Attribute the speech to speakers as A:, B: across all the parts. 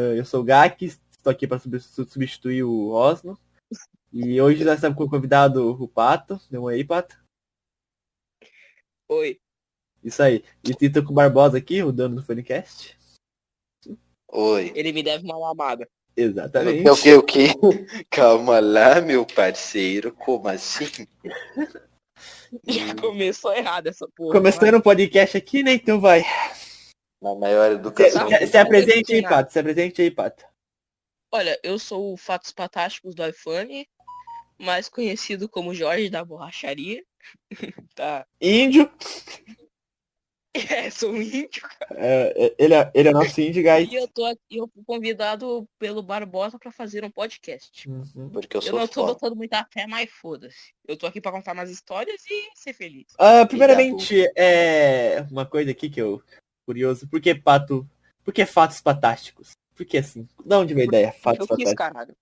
A: Eu sou o Gak, estou aqui para substituir o Osno. E hoje nós estamos com o convidado o Pato. Dê um aí, Pato.
B: Oi.
A: Isso aí. E Tito com o Barbosa aqui, o dono do Funicast.
C: Oi. É
B: Ele me deve uma mamada.
A: Exatamente.
C: O que, o que? Calma lá, meu parceiro. Como assim? Hum,
B: Já começou errado essa porra.
A: Começando o podcast aqui, né? Então vai.
C: Na maior
A: Se,
C: educação.
A: se-
C: do
A: se
B: um
C: mundo.
A: apresente aí, Pato. Se apresente aí, Pato.
B: Olha, eu sou o Fatos Patásticos do iPhone, mais conhecido como Jorge da Borracharia. tá.
A: Índio.
B: É, sou um índio.
A: É, é, ele, é, ele é nosso índio, guys.
B: E eu tô aqui, eu fui convidado pelo Barbosa pra fazer um podcast.
A: Uhum.
C: Porque eu
B: Eu
C: sou
B: não tô
C: foda.
B: botando muita fé, mas foda-se. Eu tô aqui pra contar umas histórias e ser feliz.
A: Ah, primeiramente, é uma coisa aqui que eu curioso. Por que Pato? Por que Fatos Fantásticos? Por que assim? De onde veio a ideia?
B: Porque
A: Fatos
B: eu quis,
A: Fantásticos.
B: caralho.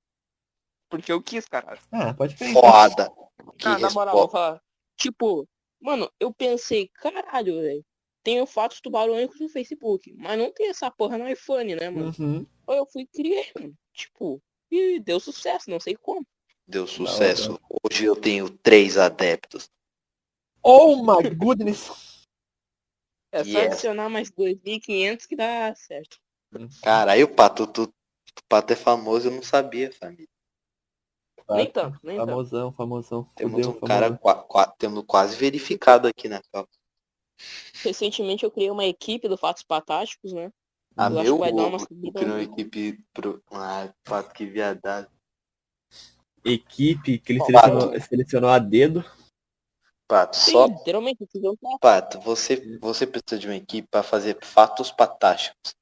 B: Porque eu quis, caralho.
A: Ah, pode crer.
C: Foda. Que
B: Ah, na moral, vou
C: resposta.
B: falar. Tipo, mano, eu pensei, caralho, velho. Tem o fato tubarônico no Facebook, mas não tem essa porra no iPhone, né, mano?
A: Uhum.
B: Aí Eu fui e criei, mano. Tipo, e deu sucesso, não sei como.
C: Deu sucesso. Hoje eu tenho três adeptos.
A: Oh my goodness!
B: É só
C: Yeah.
B: adicionar mais 2.500 que dá certo.
C: Caralho, o Pato, tu, o Pato é famoso, eu não sabia, família.
B: nem tanto, nem tanto.
A: famosão, famosão.
C: Temos
A: Fudeu,
C: um cara qua- qua- temos quase verificado aqui né? na capa.
B: Recentemente eu criei uma equipe do Fatos Patásticos, né?
C: Ah,
B: Eu acho
C: meu,
B: que vai dar uma né?
C: o-
B: subida.
C: criou uma equipe pro... Ah, Pato, que viadagem.
A: Equipe que ele
C: Ó,
A: selecionou, selecionou a dedo.
C: Pato,
B: Sim,
C: só
B: literalmente, eu fiz um teste.
C: Pato, você, você precisa de uma equipe para fazer fatos patásticos.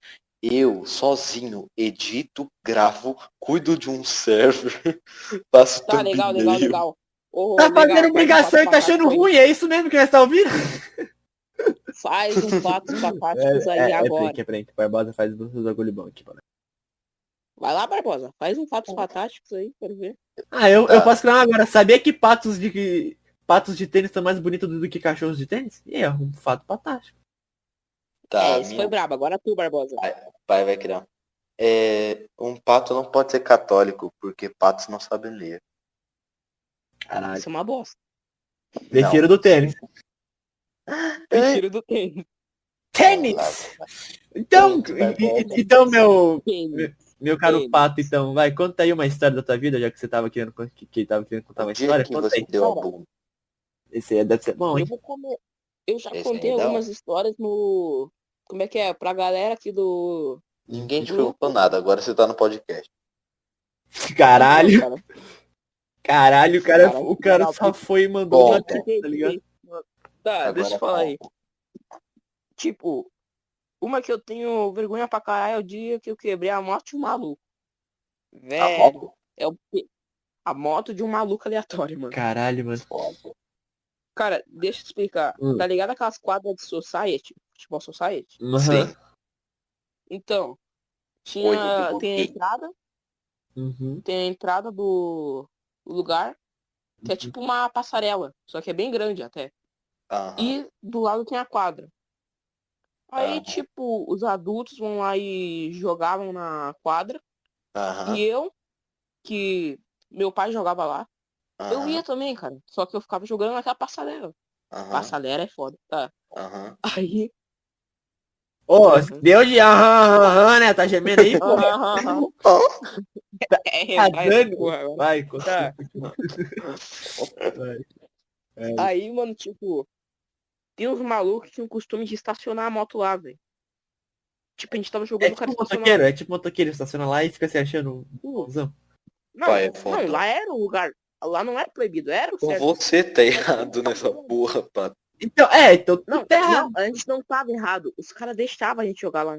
C: Eu, sozinho, edito, gravo, cuido de um server, faço
B: Tá, legal, legal,
C: thumbnail.
B: legal. Ô,
A: Tá
B: legal,
A: fazendo obrigação e
B: faz um
A: tá
B: Fatos
A: achando
B: Patásticos
A: ruim, é isso mesmo que nós tá ouvindo?
B: aí. Faz um Fatos
C: É,
B: Patásticos aí agora.
A: é, peraí, que o Barbosa faz os bagulho bom aqui, mano.
B: Vai lá, Barbosa. Faz um
A: É.
B: Fatos Patásticos aí, quero ver.
A: Ah, eu, eu
C: Tá.
A: posso falar agora. Sabia que patos de patos de tênis são mais bonitos do que cachorros de tênis? E é um fato fantástico.
C: Tá,
B: é, isso
C: minha
B: foi brabo. Agora tu, Barbosa.
C: pai vai criar. É, um pato não pode ser católico, porque patos não sabem ler.
A: Caralho.
B: Isso é uma bosta.
A: Prefiro do tênis. É.
B: Mentira do tênis.
A: Tênis! Então,
C: Tênis,
A: e- e-
C: Barbosa.
A: então meu,
B: Tênis.
A: Meu caro
B: Tênis.
A: Pato, então, vai, conta aí uma história da tua vida, já que você tava querendo, con- que, que tava querendo contar uma
C: O dia
A: história,
C: que
A: conta
C: você
A: aí.
C: deu a
B: cara.
C: bunda.
A: Esse aí deve ser bom,
B: Eu
A: hein?
B: vou comer. Eu já
C: Esse
B: contei
C: aí dá
B: algumas histórias no. Como é que é? Pra galera aqui do.
C: Ninguém te perguntou nada, agora você tá no podcast.
A: Caralho,
B: Cara,
A: caralho, o cara,
B: Caralho,
A: o cara
B: caralho.
A: só foi e mandou
C: Bom,
A: uma
C: bom.
A: tá ligado?
B: Tá,
C: Agora
B: deixa eu falar
C: tá.
B: aí. Tipo, uma que eu tenho vergonha pra caralho é o dia que eu quebrei a moto de um maluco.
C: Tá
B: Velho,
C: bom?
B: é o... a moto de um maluco aleatório, mano.
A: Caralho, mano.
B: Cara, deixa eu te explicar.
A: Hum.
B: Tá ligado aquelas quadras de Society? Futebol Society?
C: Sim.
A: Aham.
B: Então,
C: Oi,
B: tinha,
C: Rodrigo,
B: tem a
C: ok.
B: entrada,
A: Uhum.
B: tem a entrada do do lugar, que é tipo uma passarela, só que é bem grande até.
C: Aham.
B: E do lado tem a quadra. Aí,
C: Aham.
B: tipo, os adultos vão lá e jogavam na quadra.
C: Aham.
B: E eu, que meu pai jogava lá, eu
C: aham,
B: ia também, cara. Só que eu ficava jogando naquela passarela.
C: aham,
B: Passarela é foda, tá?
C: aham.
B: Aí
A: Ô,
B: Uhum.
A: deu de aham, aham, aham, né? Tá gemendo aí, pô?
B: Aham, aham. É,
A: Tá
B: vai essa
A: dando?
B: porra, velho.
A: Vai, conta.
B: Tá.
A: Vai. É,
B: Aí, mano, tipo, tem uns malucos que tinham o costume de estacionar a moto lá, velho. Tipo, a gente tava
A: é
B: jogando o
A: tipo
B: cara
A: um
B: estacionava.
A: motoqueiro, é tipo um motoqueiro, estaciona lá e fica se achando um bonzão.
B: Não,
C: Pai, é foda.
B: não, lá era o lugar. Lá não era proibido, era o
C: Então
B: certo.
C: Você tá errado nessa porra, Pato.
A: Então, é, então tu
B: Não,
A: tá errado.
B: não, a gente não tava errado. Os caras deixavam a gente jogar lá.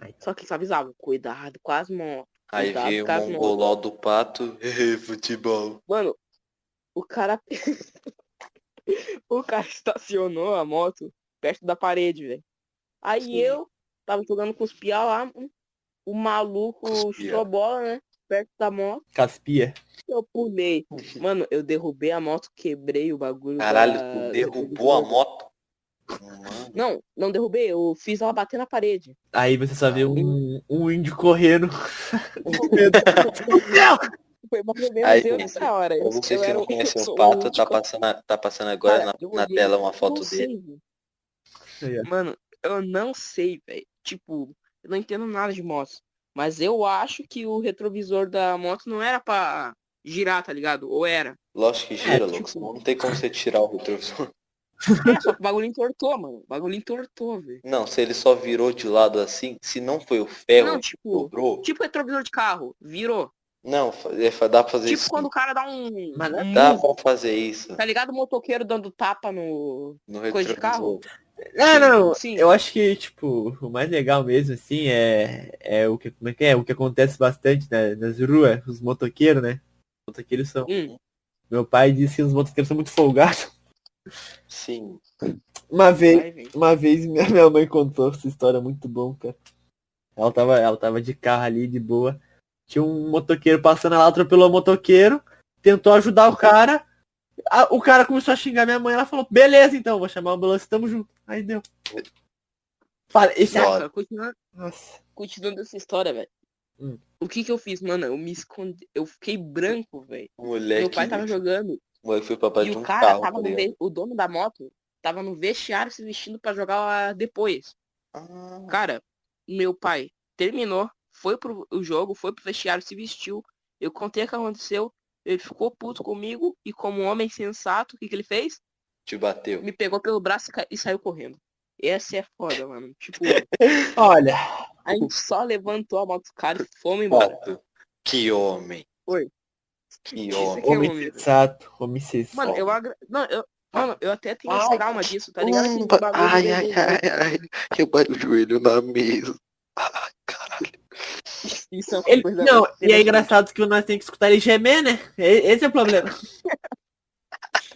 A: Ai.
B: Só que eles avisavam, cuidado com as motos.
C: Aí
B: Cuidado
C: veio o
B: com as motos.
C: mongoló do pato, futebol.
B: Mano, o cara. o cara estacionou a moto perto da parede, velho. Aí
C: Sim.
B: eu tava jogando com os pia lá, hum, o maluco
C: Com os pia.
B: chutou a bola, né? Perto da moto,
A: Caspia.
B: eu pulei. Mano, Ah, eu derrubei a moto, quebrei o bagulho.
C: Caralho,
B: da-
C: tu derrubou a moto. Mano,
B: Não, não derrubei, eu fiz ela bater na parede.
A: Aí você só vê um, um índio correndo.
B: Foi uma primeira
C: Aí,
B: eu nessa hora.
C: pra você que
B: era
C: não
B: um-
C: conheceu
B: sou
C: o
B: um
C: Pato, tá
B: índico.
C: passando, a- tá passando agora na,
B: Cara, eu assim.
C: na
B: olhei,
C: tela uma
B: eu
C: foto
B: não
C: dele.
B: sei, velho. Mano, eu não sei, velho. Tipo, eu não entendo nada de moto. Mas eu acho que o retrovisor da moto não era pra girar, tá ligado? Ou era.
C: Lógico que gira,
B: É,
C: louco.
B: tipo-
C: senão Não tem como você tirar o retrovisor.
B: É, só que o bagulho entortou, mano. O bagulho entortou, velho.
C: Não, se ele só virou de lado assim, se não foi o ferro
B: Não,
C: que
B: tipo.
C: dobrou,
B: Tipo retrovisor de carro. Virou.
C: não, fa- é, fa- dá pra fazer
B: Tipo
C: isso.
B: quando o cara dá um.
A: Mas é
B: um
C: Dá
B: murro,
C: pra fazer isso
B: Tá ligado? O motoqueiro dando tapa no.
C: no
B: Coisa de carro?
C: retrovisor.
A: Ah, não.
B: Sim.
A: Eu acho que, tipo, o mais legal mesmo, assim, é, é o que como é que é? O que acontece bastante né, nas ruas, os motoqueiros, né? Os motoqueiros são.
B: Hum.
A: Meu pai disse que os motoqueiros são muito folgados.
C: Sim.
A: Uma vez,
B: Vai, velho.
A: uma vez minha, minha mãe contou essa história muito bom, cara. Ela tava, ela tava de carro ali, de boa. Tinha um motoqueiro passando ela atropelou o motoqueiro, tentou ajudar o cara. A- o cara começou a xingar minha mãe, ela falou, beleza então, vou chamar a ambulância, tamo junto. Aí deu. Fala, esse é
C: Nossa.
B: Saca, continua-
A: Nossa.
B: continuando essa história, velho.
A: Hum.
B: O que que eu fiz, mano? Eu me escondi. Eu fiquei branco, velho.
C: O moleque,
B: Meu pai tava jogando.
C: o moleque É foi pra baixo
B: e
C: de
B: o
C: um
B: cara
C: carro.
B: tava
C: tá
B: no
C: ligado?
B: ve- O dono da moto tava no vestiário se vestindo pra jogar a- depois.
C: Ah,
B: Cara, meu pai terminou, foi pro o jogo, foi pro vestiário, se vestiu. Eu contei o que aconteceu. Ele ficou puto comigo e como um homem sensato, o que, que ele fez?
C: te bateu.
B: Me pegou pelo braço e, ca- e saiu correndo. Essa é foda, mano. Tipo,
A: Olha,
B: a gente só levantou a moto do cara e fomos embora.
C: Pato. Que homem.
B: Oi.
C: Que
B: Isso
C: homem.
B: aqui é
A: homem
B: homem.
A: sensato, homem sensato.
B: Mano, eu agra... Não, eu... Mano, eu até tenho esse
C: Ai.
B: trauma disso, tá ligado?
C: Hum,
B: Esse
C: ba-
B: bagulho
C: ai,
B: de-
C: ai, ai, ai. Eu bati o joelho na mesa. Ai, caralho.
B: Isso é uma
A: Ele-
B: coisa-
A: não, e é engraçado que nós temos que escutar ele gemer, né? E- Esse é o problema.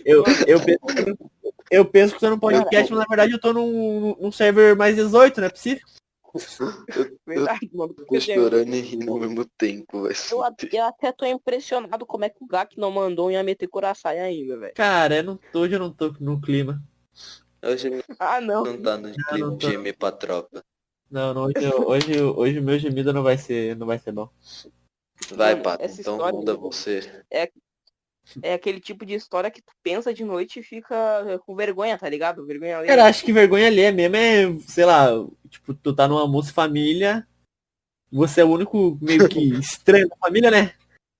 A: Eu, eu, penso, eu penso que tô num podcast, mas na verdade eu tô num, num server mais 18, não é possível?
B: Verdade, mano.
C: Tô chorando e rindo ao mesmo tempo, velho.
B: Eu, a- eu até tô impressionado como é que o Gak não mandou o Yamete Kurasai ainda, velho.
A: Cara, eu não tô, hoje eu não tô no clima.
C: Hoje ele
B: Ah, não.
C: não tá no
A: não
C: clima
A: tá.
C: de gemer pra tropa.
A: Não, não, hoje, eu- hoje, hoje o meu gemido não vai ser, não vai ser bom.
C: Vai,
B: Mano,
C: Pato,
B: essa
C: então
B: história
C: manda
B: do-
C: você.
B: É aquele tipo de história que tu pensa de noite e fica com vergonha, tá ligado? Vergonha ali.
A: Cara, acho que vergonha ali é mesmo, é, sei lá, tipo, tu tá num almoço família, você é o único meio que estranho da família, né?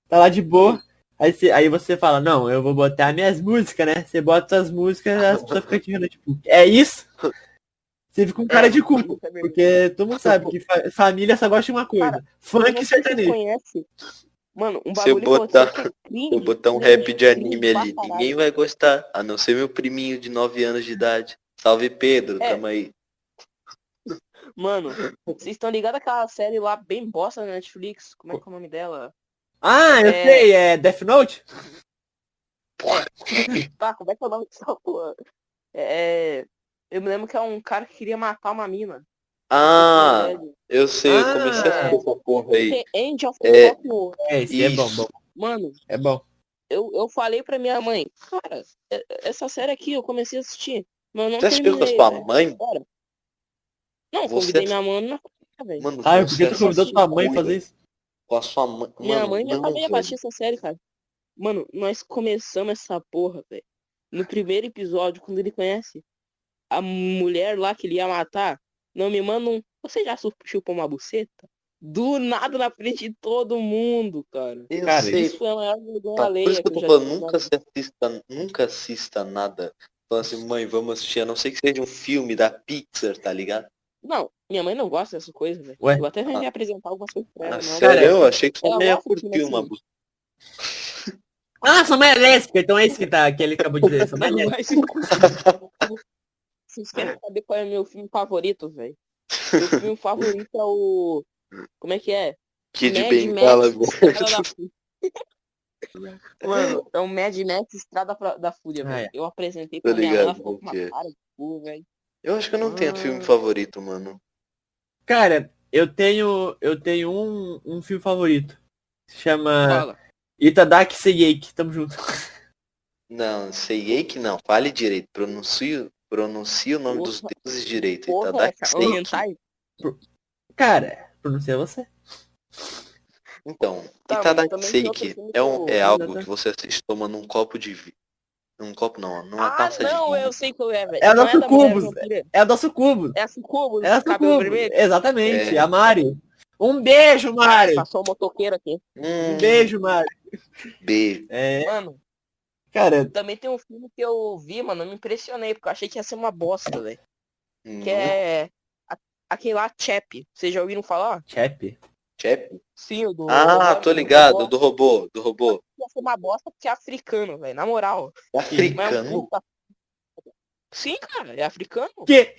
A: Tá lá de boa. Aí, você- aí você fala, não, eu vou botar minhas músicas, né? Você bota suas músicas, as pessoas ficam te vendo, tipo, é isso? Você fica um cara de culpa,
B: Isso é vergonha.
A: porque todo mundo sabe que fa- família só gosta de uma coisa,
B: Eu
A: funk
B: não
A: e
B: sei se vocês
A: sertanejo.
B: conhecem. Mano, um
C: Se eu
B: bagulho que eu sei
C: botar-
B: que é cringe,
C: Eu botar um
B: cringe,
C: rap de anime
B: cringe
C: ali,
B: pra caralho.
C: ninguém vai gostar, a não ser meu priminho de 9 anos de idade. Salve Pedro,
B: É.
C: tamo aí.
B: Mano, vocês estão ligados àquela série lá bem bosta na Netflix? Como é que é o nome dela?
A: Ah, eu
B: É.
A: sei, é Death Note?
B: Tá, como é que é o nome dessa porra? É. Eu me lembro que é um cara que queria matar uma mina. é,
C: Ah,
B: Velho.
C: eu sei, eu comecei
A: Ah.
C: a ver essa porra aí.
B: The End of
C: É.
B: the Fucking World.
A: É, esse é bom,
C: Isso.
A: bom.
B: Mano,
A: É bom.
B: eu, eu falei pra minha mãe, cara, é- essa série aqui eu comecei a assistir, mas eu não
C: Você assistiu com a
B: terminei,
C: sua
B: velho.
C: mãe?
B: Bora. Não,
C: Você-
B: convidei minha mãe na ah, velho.
C: Mano,
A: Ah,
C: você é
A: porque tu convidou
C: assistiu
A: tua mãe a
C: com
A: fazer
C: ele?
A: isso?
C: Com a sua mãe.
B: Minha
C: Mano,
B: mãe já
C: não,
B: também
C: velho.
B: abaixou essa série, cara. Mano, nós começamos essa porra, velho. No primeiro episódio, quando ele conhece a mulher lá que ele ia matar, não me manda um. Você já su- chupou uma buceta? Do nada na frente de todo mundo, cara.
C: Eu
A: Cara,
C: sei,
B: Isso é foi a maior vergonha
C: Tá,
B: alheia
C: Por isso que eu
B: que
C: tô
B: eu já
C: falando,
B: tive na
C: nunca se assista, nunca assista nada. Falando assim, mãe, vamos assistir, a não ser que seja um filme da Pixar, tá ligado?
B: Não, minha mãe não gosta dessas coisas, velho.
A: Ué?
B: Eu até tentei apresentar algumas coisas pra ela.
C: Ah,
B: mas
C: Tá. sério,
A: cara,
C: eu achei que
B: É, eu
C: sua mãe ia
B: gosto de
C: curtir uma
B: assim.
C: bu-
A: Ah, sua mãe é lésbica, então é isso que, tá, que ele acabou de dizer, sua mãe é
B: ela assim, tipo, não
A: lésbica.
B: vai se- Vocês querem saber qual é meu filme favorito, velho? Meu filme favorito é o. Como é que é?
C: Kid
B: Mad
C: Bengala,
B: Max,
C: velho.
B: Estrada da Fúria. Mano, é o Mad Max Estrada pra- da Fúria,
A: Ah,
B: velho.
A: é.
B: Eu apresentei
C: Tô
B: pra minha mãe, ela
C: Tá ligado, é?
B: ficou com uma
C: o quê?
B: cara de cu, velho.
C: Eu acho que eu não tenho
B: Ah.
C: filme favorito, mano.
A: Cara, eu tenho, eu tenho um, um filme favorito. Se chama
B: Fala.
A: Itadaki Seiyeki, tamo junto.
C: é Não, sei que não. Fale direito, pronuncio Pronuncia o nome dos
B: Porra.
C: deuses direito. Ele tá
B: Porra, cara, o
C: Darkseid.
B: hentai.
A: Cara, pronuncia você.
C: Então,
B: Tá, mas também tem outro
C: Itadakseki
B: filme
C: é, um,
B: que né?
C: é
A: eu-
C: algo que você assiste tomando um copo de vinho. Um copo não, numa
B: Ah,
C: taça de
B: não,
C: vinho.
B: eu sei qual é, velho.
A: É a
B: Não
A: nossa
B: da Mulher
A: Cubos,
B: Vampira.
A: É a do sucubo.
B: É a Sucubo,
A: É a
B: cabelo
A: sucubo.
B: vermelho.
A: Exatamente,
C: É.
A: a Mari. Um beijo, Mari.
B: Passou o motoqueiro aqui.
A: Um
C: Hum,
A: beijo, Mari.
C: beijo.
A: É,
B: Mano,
A: cara,
B: também tem um filme que eu vi, mano, eu me impressionei, porque eu achei que ia ser uma bosta, velho. Que
A: Uhum.
C: Não,
B: é a- aquele lá, Chap. Vocês já ouviram falar?
A: Chap.
C: Chap?
B: Sim, o do...
C: é Ah,
B: do-
C: tô
B: do-
C: ligado,
B: do-
C: do robô, do robô.
B: Ia ser uma bosta porque é africano, velho, na moral.
C: É
B: Mas é um
C: Africano?
B: puta- Sim, cara, é africano.
A: Que?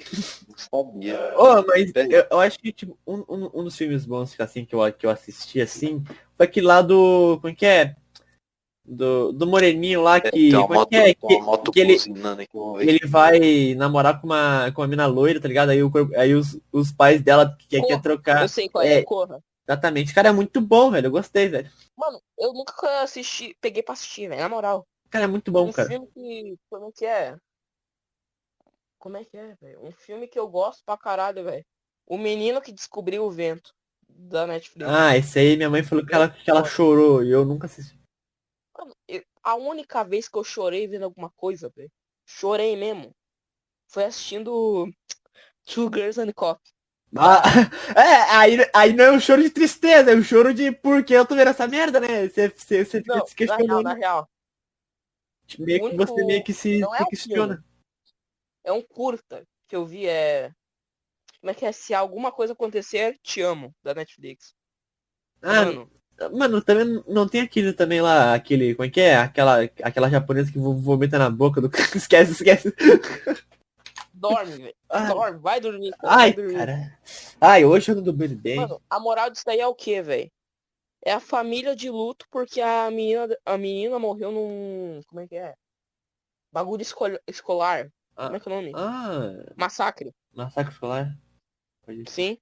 C: Não sabia.
A: Oh, mas
C: Bem.
A: eu, eu acho que tipo, um, um, um dos filmes bons que, assim, que, eu, que eu assisti assim foi aquele lá do. Como é que é? Do, do Moreninho lá que.
C: Tem Então, uma
A: como é
C: moto,
A: que é?
C: tem
A: Que-
C: uma moto
A: que ele-
C: buzinando aqui. vamos ver.
A: ele vai namorar com uma, com uma mina loira, tá ligado? Aí, o, corpo- aí os, os pais dela que
B: Corra.
A: quer trocar.
B: Eu sei qual é,
A: É.
B: corra.
A: Exatamente. Cara, é muito bom, velho. Eu gostei, velho.
B: Mano, eu nunca assisti, peguei pra assistir, velho, na moral.
A: Cara, é muito bom,
B: um
A: cara.
B: filme que. Como é que é? Como é que é, velho? Um filme que eu gosto pra caralho, velho. O Menino que Descobriu o Vento, da Netflix.
A: Ah, esse aí minha mãe falou que ela, que ela chorou e eu nunca assisti.
B: Mano, eu- a única vez que eu chorei vendo alguma coisa, velho. Chorei mesmo. Foi assistindo Two Girls and a Cop.
A: Ah, é, aí, aí não é um choro de tristeza, é um choro de por que eu tô vendo essa merda, né? Você, você, você fica
B: Não,
A: se
B: na real,
A: questionando.
B: na real.
A: Tipo, meio que
B: único-
A: você meio que se,
B: não é
A: se
B: um
A: questiona.
B: É um curta que eu vi, é. Como é que é? Se alguma coisa acontecer, te amo, da Netflix.
A: Ah,
B: Mano,
A: Mano, também não tem aquele também lá, aquele, como é que é? Aquela, aquela japonesa que vo- vomita na boca do cara. Esquece, esquece.
B: dorme, velho.
A: Ai,
B: Dorme, vai dormir. cara, vai
A: ai,
B: dormir.
A: cara. Ai, hoje eu não dormi bem.
B: Mano, a moral disso daí é o que, velho? É a família de luto porque a menina, a menina morreu num. Como é que é? Bagulho escol- escolar.
A: Ah.
B: Como é que é o nome?
A: Ah,
B: Massacre.
A: massacre escolar. Pode ser.
B: Sim.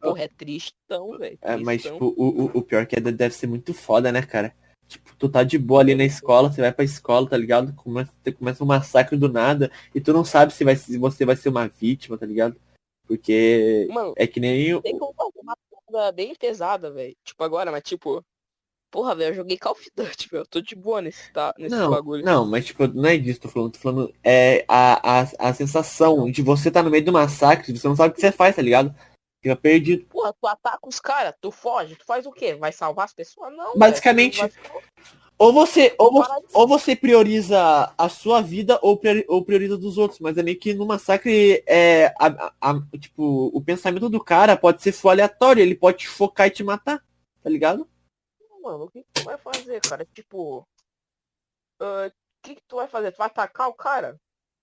B: Porra, é tristão, velho.
A: É, mas
B: tristão.
A: tipo, o, o, o pior que é, deve ser muito foda, né, cara? Tipo, tu tá de boa ali na escola, você vai pra escola, tá ligado? Começa, começa um massacre do nada e tu não sabe se, vai, se você vai ser uma vítima, tá ligado? Porque
B: Mano,
A: é que nem o,
B: tem como fazer uma porra bem pesada, velho. Tipo agora, mas tipo. Porra, velho, eu joguei Call of Duty, velho. Eu tô de boa nesse, tá, nesse
A: Não,
B: bagulho.
A: não, mas tipo, não é disso que eu tô falando, tô falando é a, a, a sensação de você tá no meio do massacre, você não sabe o que você faz, tá ligado? Fica perdido.
B: Porra, tu ataca os caras, tu foge, tu faz o quê? Vai salvar as pessoas? Não. velho.
A: Basicamente,
B: Tu vai-
A: Ou você, ou, vo-
B: Parar de-
A: ou você prioriza a sua vida ou, priori- ou prioriza dos outros, mas é meio que no massacre é a- a- a- tipo, o pensamento do cara pode ser só aleatório, ele pode te focar e te matar, tá ligado?
B: Tipo, mano, o que que tu vai fazer, cara? Tipo, ah, o que que tu vai fazer? Tu vai atacar o cara?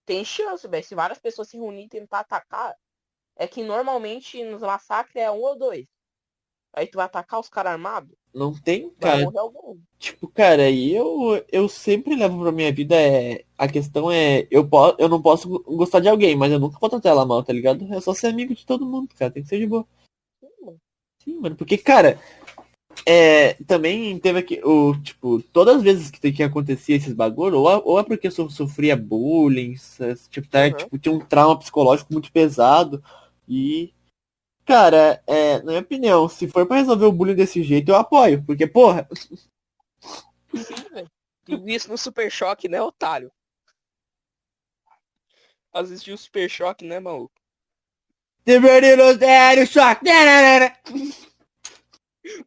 B: Tem chance, velho. Se várias pessoas se reunirem e tentar atacar, é que normalmente nos massacres é um ou dois. Aí tu vai atacar os caras armados,
A: Não tem,
B: vai
A: cara.
B: morrer algum.
A: Tipo, cara, e eu, eu sempre levo pra minha vida é. A questão é, eu, po, eu não posso go- gostar de alguém, mas eu nunca vou tratar ela mal, tá ligado? É só ser amigo de todo mundo, cara. Tem que ser de boa.
B: Sim, mano.
A: Sim, mano. Porque, cara, é, também teve aqui. O, tipo, todas as vezes que, que acontecia esses bagulho, ou, é- ou é porque eu so- sofria bullying, essas- tipo, tá,
B: Uhum.
A: tipo, tinha um trauma psicológico muito pesado. E. Cara, é, na minha opinião, se for pra resolver o bullying desse jeito, eu apoio. Porque, porra,
B: Sim, velho. Tu viu isso no Super Choque, né, otário? Assistiu o Super Choque, né, maluco?
A: Divertido, sério, choque. Tararara.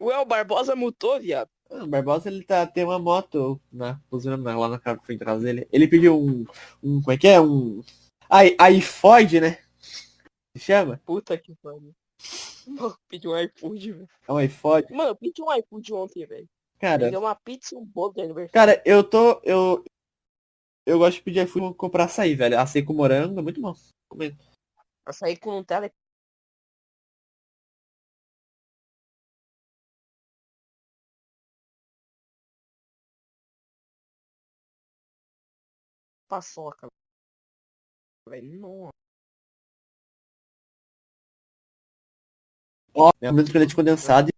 B: Ué, o Barbosa mutou, viado.
A: Ah, O Barbosa ele tá, tem uma moto na usina na- lá na cara frente da casa dele. Ele pediu um. um como é que é? Um. Ai, iFoid, né? Se chama?
B: Puta que pariu. Mano, pedi um iFood, velho.
A: É um iFoid.
B: Mano, eu pedi um iFood ontem, velho. Me
A: Cara,
B: deu uma pizza e um bolo de aniversário.
A: cara, eu tô. Eu, eu gosto de pedir iFood pra comprar açaí, velho. Açaí com morango é muito bom. Comendo.
B: Açaí com Nutella é paçoca. Velho, nossa.
A: Ó, comendo com leite condensado.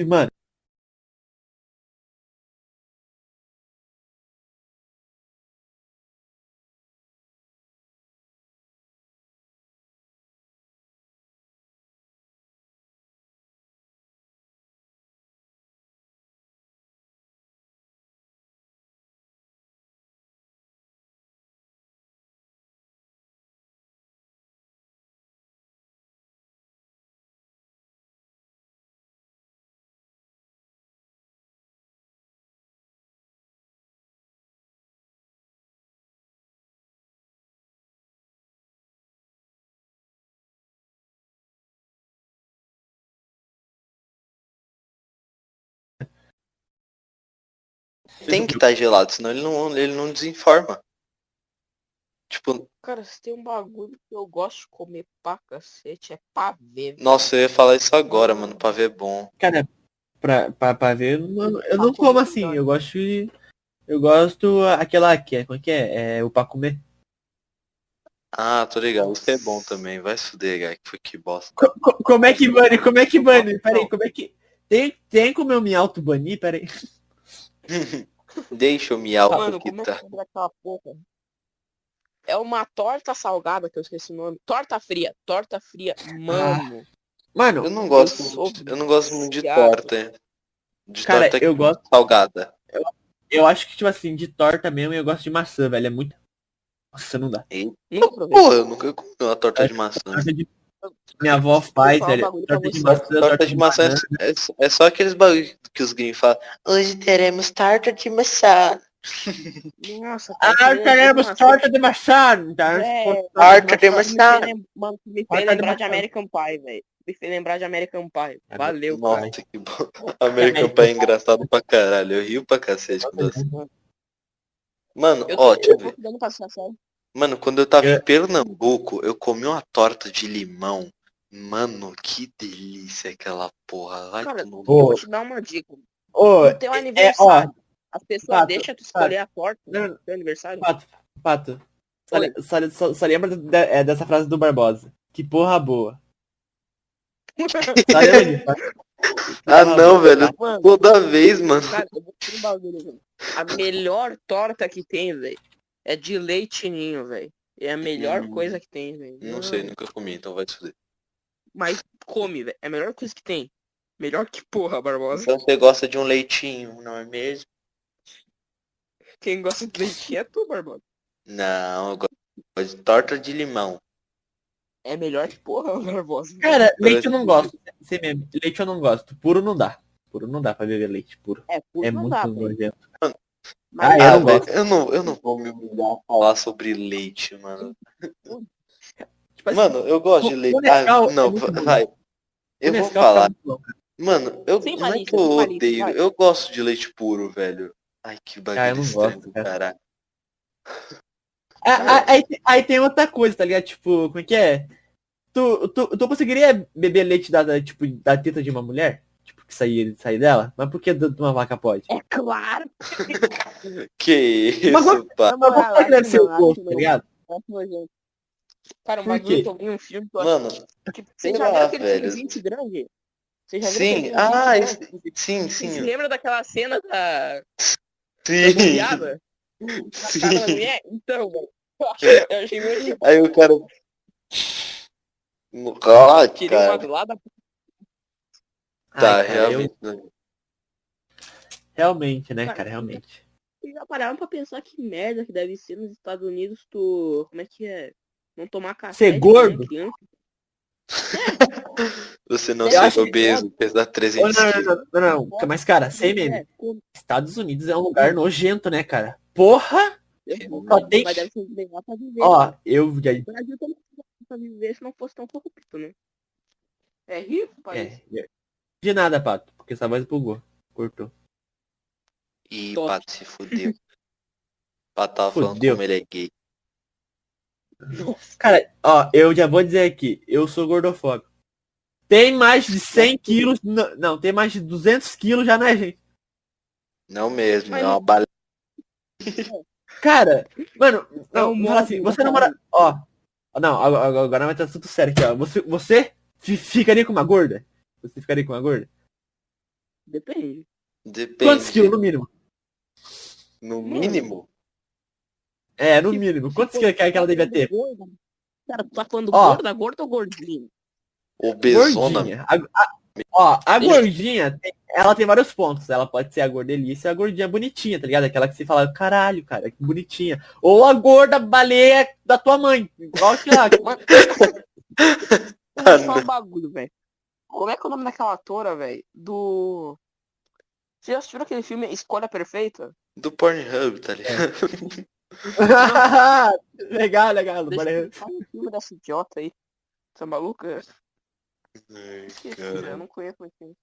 A: E, mano.
C: Tem que estar gelado, senão ele não, ele não desinforma. Tipo,
B: Cara, se tem um bagulho que eu gosto de comer pra cacete, é pavê. velho.
C: nossa, eu ia falar isso agora, mano, pra ver é bom.
A: Cara, pra, pra, pra ver, eu não, eu não
B: Papo
A: como
B: de
A: assim.
B: verdade.
A: Eu gosto de. Eu gosto aquela que é. Como é que é? É o pra comer.
C: Ah, tô ligado, isso é bom também, vai se fuder, cara, que foi que bosta.
A: Co- co- como é que bane? Como é que bane? Peraí, como é que. Tem, tem como eu me auto-banir? Peraí.
C: Deixa eu miar
B: Mano,
C: o que
B: como é
C: tá.
B: que é aquela porra? É uma torta salgada, que eu esqueci o nome. Torta fria, torta fria,
C: Ah,
B: mano.
A: Mano,
C: Eu não gosto,
B: Eu
C: muito-
B: sou
C: eu não gosto muito de
B: viciado.
C: torta. De
A: Cara,
C: torta
A: eu gosto-
C: salgada.
A: eu acho que, tipo assim, de torta mesmo, eu gosto de maçã, velho. É muito. Nossa, não dá.
B: Nunca provei.
C: Pô, eu nunca comi uma torta de maçã.
A: Torta de- Minha avó faz,
B: falar um
A: velho.
B: bagulho pra
A: torta de
B: você.
A: maçã,
C: Torta de maçã é, é só- é só aqueles bagulho que os gringos falam. Hoje teremos torta de maçã.
B: Nossa,
A: Ah, teremos torta de maçã! tá?
B: É,
C: Torta de
B: Nossa,
C: maçã.
B: me fez lem- Mano, me
A: Torta
B: fez
A: de
B: lembrar de
A: maçã.
B: American Pie, velho. Me fez lembrar de American Pie. Valeu,
C: É Nossa,
B: cara.
C: que bom. American Pie é engraçado pra caralho. Eu rio pra cacete quando eu assisto. Mano,
B: Eu tô,
C: ó, deixa eu
B: eu
C: ver.
B: tô dando pra sensação.
C: Mano, quando eu tava
A: Eu-
C: em Pernambuco, eu comi uma torta de limão. Mano, que delícia aquela porra. Vai
B: Cara,
C: tomar
A: Pô. é,
B: Eu
C: no
B: vou te dar uma dica.
A: Ô,
B: No teu aniversário, as pessoas
A: Pato,
B: deixam tu escolher a torta no teu aniversário.
A: Pato, Pato. Só, le- só le- só- só lembra de- é, dessa frase do Barbosa. Que porra boa. Só lembra disso, tá?
C: Ah não, velho.
B: Mano,
C: Toda vez, mano.
B: cara, eu vou te dar um bagulho, velho. A melhor torta que tem, velho, é de leite ninho, velho. É a melhor
C: Hum.
B: coisa que tem, velho.
C: Não sei, nunca comi, então vai te fuder.
B: Mas come, velho. É a melhor coisa que tem. Melhor que porra, Barbosa.
C: Então você gosta de um leitinho, não é mesmo?
B: Quem gosta de leite é tu, Barbosa.
C: Não, eu gosto de torta de limão.
B: É melhor que porra, Barbosa.
A: Cara, leite eu não
C: Parece-
A: gosto. Sei mesmo, Leite eu não gosto. Puro não dá. Puro não dá pra beber leite puro.
B: É, porra,
A: É
B: não
A: muito
B: dá, velho.
A: nojento.
B: Mas
A: Ah, eu
C: Ah,
A: não
C: velho,
A: gosto.
C: eu não, eu não vou me humilhar a falar sobre leite, mano.
A: Tipo assim,
C: Mano, eu gosto de
A: o- o
C: leite.
A: Nescau
C: Ah,
A: é
C: não,
A: muito bom.
C: vai. Eu vou
A: Nescau tá
C: falar.
A: muito bom, cara.
C: Mano, eu
B: Sem
C: não é
B: malícia,
C: que eu
B: sem malícia,
C: odeio,
B: vai.
C: eu gosto de leite puro, velho. Ai, que
A: Ah, eu
C: bagulho
A: não
C: estranho
A: gosto,
C: do
A: cara.
C: caralho.
A: Ah, ah, Aí, tem- aí tem outra coisa, tá ligado? Tipo, como é que é? Tu, tu, tu conseguiria beber leite da, da, tipo, da teta de uma mulher? Tipo, que sair, sair dela? Mas por que de de uma vaca pode?
B: É claro.
C: Que
A: Mas
C: isso, pá.
B: Na
A: Mas
B: moral,
A: como é que deve
B: acho
A: ser o
B: não, acho
A: corpo, tá
B: não.
A: ligado?
B: Acho nojento. Cara,
A: Por
B: uma
A: quê?
B: vez eu vi um filme que eu
C: Mano,
B: Tipo,
C: Sei
B: Você já
C: lá,
B: viu aquele
C: velho.
B: filme 20 grande? Você já viu
C: Sim,
B: aquele filme
C: ah,
B: 20
C: esse-
B: grande?
C: sim,
B: Você se
C: sim.
B: lembra daquela cena da, da
C: Sim.
B: bobeada? Na cara da
C: Sim.
B: mulher? Então, velho. eu achei- Eu achei meio tipo,
C: Aí o cara. Ah,
B: tirei uma
C: cara.
B: do lado.
A: Ai,
C: Tá,
A: Ah, cara, eu-
C: realmente.
A: Realmente, né,
B: Cara,
A: cara? Realmente.
B: Vocês já pararam pra pensar que merda que deve ser nos Estados Unidos tu. Como é que é? Não tomar café.
A: Ser
B: de
A: gordo?
B: manhã, criança.
C: Você não
B: Eu
C: ser
A: acho que-
C: obeso, pesar 300
A: não,
C: quilos.
A: não, não, não, não. Mas, cara, sem meme.
B: É, como-
A: Estados Unidos é um lugar nojento, né, cara? Porra! Só tem-
B: é né? Mas deve ser legal pra viver.
A: Ó, eu já.
B: O Brasil também dá pra viver se não fosse tão corrupto, né? É rico, parece.
A: É, é. de nada, Pato, porque essa voz bugou. Cortou.
C: Ih,
B: Top.
C: Pato se fudeu. Pato tava falando
A: Fudeu.
C: como ele é gay.
B: Nossa,
A: Cara, ó, eu já vou dizer aqui, eu sou gordofóbico. Tem mais de 100
B: Tá
A: quilos, não, não, tem mais de 200 quilos já na gente.
C: Não mesmo,
B: Mas
C: é
B: não-
C: uma bala.
A: Cara, mano,
B: É
A: não,
B: um
A: fala assim,
B: móvel,
A: você não
B: cara.
A: mora, ó, não, agora, agora vai tá ter assunto sério aqui, ó. Você, você fi- ficaria com uma gorda? Você ficaria com uma gorda?
B: Depende.
C: Depende.
A: Quantos quilos no mínimo? Hum.
C: No mínimo?
A: É, no mínimo.
B: tipo
A: Quantos quilos que ela devia ter?
B: Gorda. Cara, tu tá falando
A: Ó.
B: gorda, gorda ou gordinho?
C: Obesona.
A: Gordinha. A- a- ó, a gordinha, tem- ela tem vários pontos. Ela pode ser a gordelice e a gordinha bonitinha, tá ligado? Aquela que você fala, caralho, cara, que bonitinha. Ou a gorda baleia da tua mãe. Igual que lá.
B: Eu vou falar um bagulho, velho. Como é que é o nome daquela atora, velho? Do. Vocês já assistiram aquele filme Escolha Perfeita?
C: Do Pornhub, tá ligado?
A: Tá legal, legal.
B: Deixa
A: baleia.
B: eu falar um filme dessa idiota aí. Tá maluca?
A: É.
C: Ai,
B: Esqueci,
C: cara.
B: velho, eu não conheço esse filme.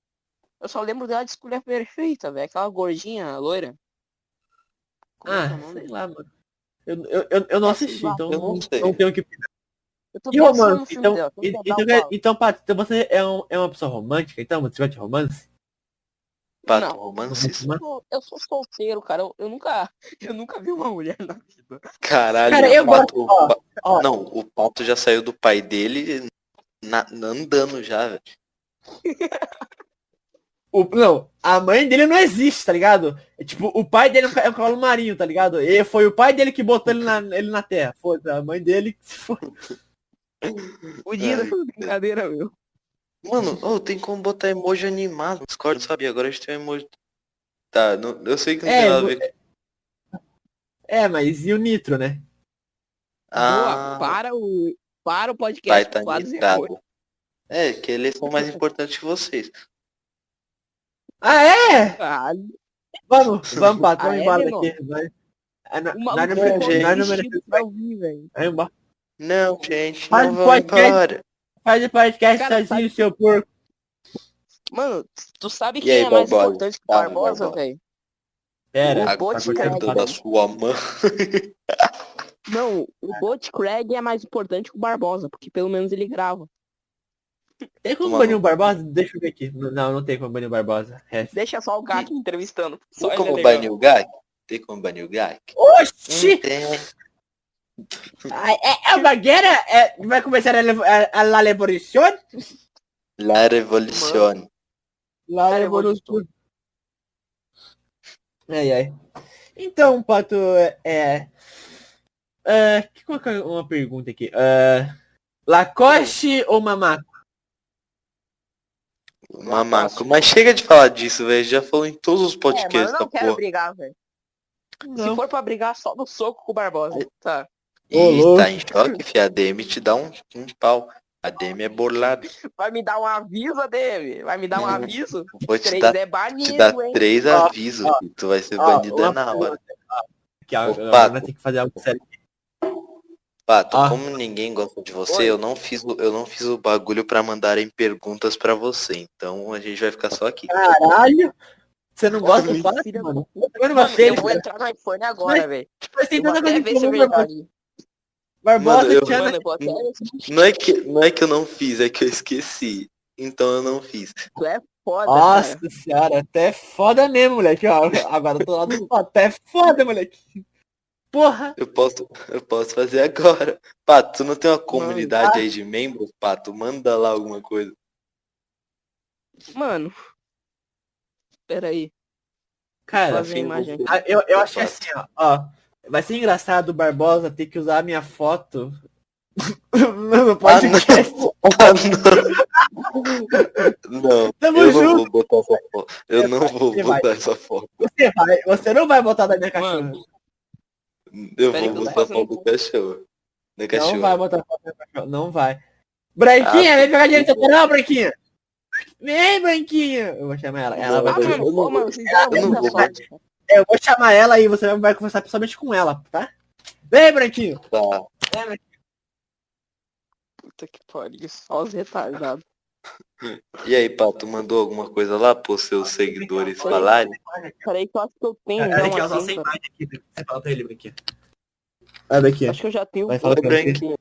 B: Eu só lembro dela de Escolha Perfeita, velho. Aquela gordinha, loira. Como é que é
A: Ah,
B: o nome?
A: sei lá, mano. Eu, eu, eu, eu não
B: Nossa,
A: assisti, então
C: eu não sei.
A: não tenho o que
B: Eu tô
A: E
B: pensando no
A: romance,
B: filme
A: então,
B: dela.
A: e-
B: Então,
A: então, quer- então, Pato, então você é, um- é uma pessoa romântica, então? Você gosta de romance?
C: Pato,
B: Não.
C: romances.
B: eu, sou, eu sou solteiro, cara. Eu, eu nunca, eu nunca vi uma mulher na vida.
C: Caralho,
A: Cara, eu
C: o Pato...
A: gosto- ó,
C: o Pa-
A: ó.
C: Não, o Pato já saiu do pai dele na- na- andando já, velho.
A: O- não, a mãe dele não existe, tá ligado? É tipo, o pai dele é um ca- é um cavalo marinho, tá ligado? E foi o pai dele que botou ele na, ele na terra. Foda-se, a mãe dele que se foda.
B: O dia
C: Ai,
B: da brincadeira, meu.
C: Mano, ô, tem como botar emoji animado no Discord, não sabia? Agora a gente tem um emoji. Tá, não- eu sei que não
A: É,
C: tem nada a
A: eu-
C: ver com.
A: É, mas e o Nitro, né?
B: Boa,
C: Ah,
B: para o, para o
C: vai
B: podcast.
C: tá
B: quadros e
C: nitado. É, que eles são mais importantes que vocês.
A: Ah, é?
B: Caralho,
A: Vamos, vamos, Pato, vamos
B: Ah, é,
A: embora
B: meu
A: daqui. Vai. Ah, não-
B: o
A: nós
B: maluco
A: não
C: merece,
B: ficou
A: merecemos, nós não
B: vestido
A: merecemos.
B: um pra
A: Vai,
B: ouvir, velho.
A: vai embora.
C: Não, gente,
A: Mas
C: não vão
A: pode-
C: embora.
A: Faz o podcast
B: Cara,
A: sozinho, seu porco.
B: Mano, tu sabe
C: E
B: quem
C: aí,
B: é mais
C: Barbosa?
B: importante que o
C: Fala,
B: Barbosa,
C: Barbosa.
B: velho?
A: Pera,
B: O
A: tá
B: Bote
A: cortando,
B: Craig.
C: Coitado
A: Pato.
C: da sua mãe.
B: Não, o Bot Craig é mais importante que o Barbosa, porque pelo menos ele grava.
A: Tem como
C: Toma
A: banir
C: lá.
A: o Barbosa? Deixa eu ver aqui. Não, não tem como banir o Barbosa. É.
B: Deixa só o gato me entrevistando. Só
C: Tem
B: ele é
C: como
B: legal.
C: banir o Gak? Tem como banir o Gak?
A: Oxi!
C: Tem.
A: Ah, É, é uma guerra? É, vai começar a, levo- a, a La Revolución?
C: La Revolucion.
A: La
B: Revolución.
A: Ai, ai. Então, Pato, é... é que colocar uma pergunta aqui. É, Lacoste ou Mamaco?
C: Mamaco. Mas chega de falar disso, velho. Já falou em todos os
B: tá assim. É, mano, eu
C: podcasts da
B: não quero
C: porra.
B: brigar, velho. Se
A: Não.
B: for pra brigar, só no soco com o Barbosa.
C: É.
B: Tá.
A: Ô,
C: Ih,
A: louco.
C: tá em choque, fi. A DM te dá um, um pau. A DM é bolada.
B: Vai me dar um aviso, DM? Vai me dar um
C: Não.
B: aviso?
C: Vou te
B: Três
C: dar,
B: é
C: te dar
B: banido, hein?
C: três
A: Ó,
C: avisos. fi. Tu vai ser
A: Ó,
C: banida
A: uma
C: é na hora.
A: pergunta. Aqui, ó,
C: Ô,
A: agora
C: Pato.
A: nós temos que fazer algo sério.
C: Pato,
A: Ah.
C: como ninguém gosta de você,
B: Oi.
C: eu não fiz o- eu não fiz o bagulho pra mandarem perguntas pra você. Então a gente vai ficar só aqui.
A: Caralho! Você não gosta do
B: Filho
A: Pato,
B: da
A: mano?
B: puta.
A: Eu não
B: Mano,
A: gostei,
B: eu vou
A: cara.
B: entrar no iPhone agora, velho.
A: Mas tem
B: Eu vou
A: tanta coisa
B: até
A: em
B: ver se é
A: comum, né, Barbosa.
B: verdade.
A: Barbosa,
C: Mano, eu-
A: Tiana,
B: Mano, eu vou até ver se
C: Não é que não é que eu não fiz, é que eu esqueci. Então eu não fiz.
B: tu é foda,
A: Nossa
B: cara.
A: senhora, até é foda mesmo, moleque. Ó, agora eu tô lá do até é foda, moleque. Porra!
C: Eu posso eu posso fazer agora. Pato, tu não tem uma comunidade aí de membros, Pato? Manda lá alguma coisa.
B: Mano. Pera aí.
C: Tá
A: Cara,
B: Fazer a imagem aqui.
A: ah, eu, eu acho que assim, ó, ó, Vai ser engraçado o Barbosa ter que usar a minha foto no podcast.
C: Ah, não. Ah, Não,
A: Tamo
C: eu não
A: junto,
C: vou botar essa foto. Eu não vou
A: Você vai.
C: botar essa foto.
A: você vai. Você não vai botar da minha cachorra.
B: Mano,
C: Eu
B: Peraí, que
C: vou
B: eu tô
C: botar a foto
B: fazendo
C: do cachorro. Da
A: não
C: cachorra.
A: vai botar foto da minha cachorra. Não vai. Branquinha,
C: Ah,
A: vem pegar dinheiro do seu canal, Branquinha! Vem, Branquinha! Eu vou chamar ela. Ela
C: Não,
A: vai
B: ah,
C: eu
B: mano,
C: não
B: pô,
C: vou-
B: mano, vocês deram
C: eu não
B: muita
C: vou
B: sorte. cara.
A: Eu vou chamar ela e você vai conversar pessoalmente com ela, tá? Vem, Branquinho!
C: Tá.
A: Vem, Branquinho.
B: Puta que pariu. Só os retardados.
C: E aí, Pato, mandou alguma coisa lá pros seus seguidores
B: Foi.
C: falarem?
B: Peraí que eu acho que eu tenho. um
A: Cara,
B: já
A: aqui,
B: uma
A: ó, só sem
B: tinta.
A: imagem aqui. Você fala pra ele, Branquinho. Olha daqui.
B: Acho que eu já tenho. um
A: Vai
C: Oi,
A: falar branquinho.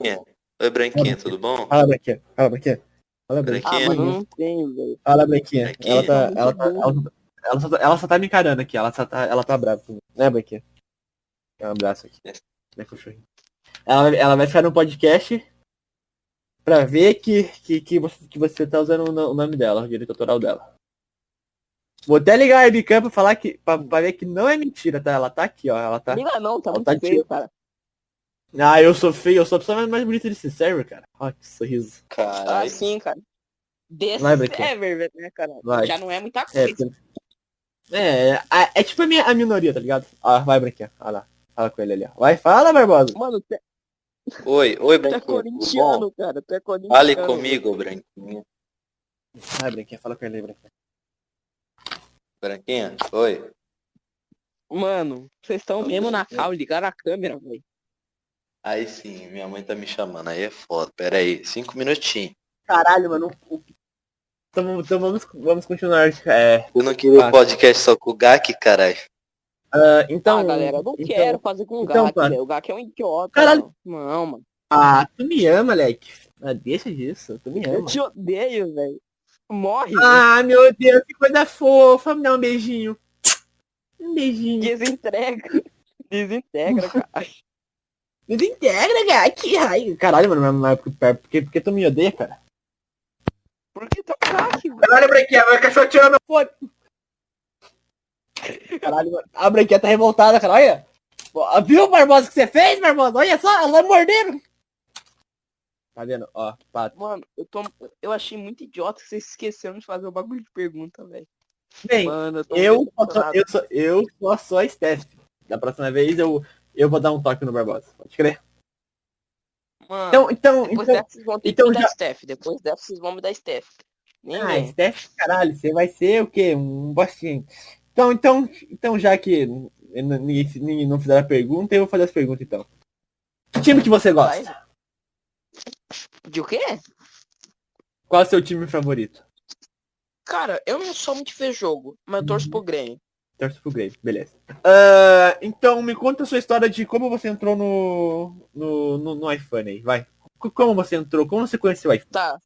C: Branquinha. Oi, Branquinha, tudo bom?
B: Tá
A: Fala, Branquinho. Fala, Branquinho. Fala, Branquinho.
B: Ah,
C: Branquinha.
B: mano, eu não tenho, velho.
A: Fala, Branquinho.
C: Branquinho.
A: Ela tá. Ela tá. Ela, ela só, ela só tá me encarando aqui. Ela só tá, ela tá brava comigo. Né, Branquinho? Dá Um abraço aqui. Né, cachorrinho? Ela, ela vai ficar no podcast pra ver que, que, que, você, que você tá usando o no- o nome dela, o direito autoral dela. Vou até ligar a webcam pra falar que. Pra, pra ver que não é mentira, tá? Ela tá aqui, ó. Ela tá.
B: Liga não, tá
A: Ó,
B: muito
A: tá
B: feio,
A: aqui.
B: cara.
A: Ah, eu sou feio, eu sou a pessoa mais bonita desse server, cara. Ó, que sorriso.
B: Ah,
C: Caralho.
B: sim, cara. Desse
A: Tá Vai, Brequim.
B: server, né, cara?
A: Vai.
B: Já não é muita
A: É,
B: coisa.
A: porque- é, é, a- é tipo a, minha, a minoria, tá ligado? Ah, vai, Branquinha. Olha lá. Fala com ele ali, ó. Vai, fala, Barbosa.
B: Mano, tu é,
C: Oi, oi,
B: tu é
C: Branquinho. Tudo bom?
B: corintiano, cara. Tu é corintiano.
C: Fale comigo, Branquinho.
A: Vai, Branquinha, fala com ele aí, Branquinha.
C: Branquinha, oi.
B: Mano, vocês estão mesmo na cal, ligaram a câmera, velho.
C: Aí sim, minha mãe tá me chamando, aí é foda. Pera aí, cinco minutinhos.
A: Caralho, mano. o- Então, então vamos, vamos continuar. É,
C: Eu não queria
A: Ah.
C: o podcast só com o Gak, caralho.
A: ah, então.
B: ah, galera, eu não
A: então-
B: quero fazer com o
A: então,
B: Gak,
A: cara.
B: velho. O Gak é um idiota.
A: Caralho.
B: Mano. Não, mano.
A: Ah, tu me ama, Leque. Ah, deixa disso, tu me
B: Eu
A: ama.
B: te odeio, velho. Morre.
A: É, Ah, meu Deus, que coisa fofa. Me dá um beijinho. Um beijinho.
B: Desintegra. Desintegra, cara.
A: Desintegra, cara. Que raio. Caralho, mano, mas por que, por que tu me odeia, cara?
B: Por que tu é craque, velho?
A: Caralho, Branquinha, vai caixoteando meu fone. Caralho, mano. a Branquinha tá revoltada, cara. Olha. Ó, Viu, Barbosa, o que você fez, Barbosa? Olha só, ela mordendo. Tá vendo? Ó, pato.
B: Mano, eu, tô... eu achei muito idiota que vocês esqueceram de fazer o bagulho de pergunta, velho.
A: Bem,
B: Mano, eu tô
A: eu, só sou,
B: decepcionado.
A: eu, sou, eu sou a só Steph. Da próxima vez eu, eu vou dar um toque no Barbosa. Pode crer?
B: Mano,
A: Então, então,
B: depois
A: então.
B: dessa vocês vão ter
A: então
B: que me
A: já-
B: dar Steph. Depois dessa vocês vão me dar Steph. Nem
A: Ah,
B: vem.
A: Steph, caralho, você vai ser o quê? Um bostinho. Então, então, então já que n- n- ninguém, ninguém não fizeram a pergunta, eu vou fazer as perguntas então. Que time que você gosta?
B: Vai. De o quê?
A: Qual é o seu time favorito?
B: Cara, eu não sou muito de ver jogo, mas eu
A: Uhum.
B: torço pro Grêmio.
A: Torce pro Grêmio, beleza. Ah, então me conta a sua história de como você entrou no, no, no, no iPhone aí, vai. C- Como você entrou? Como você conheceu o iPhone?
B: Tá.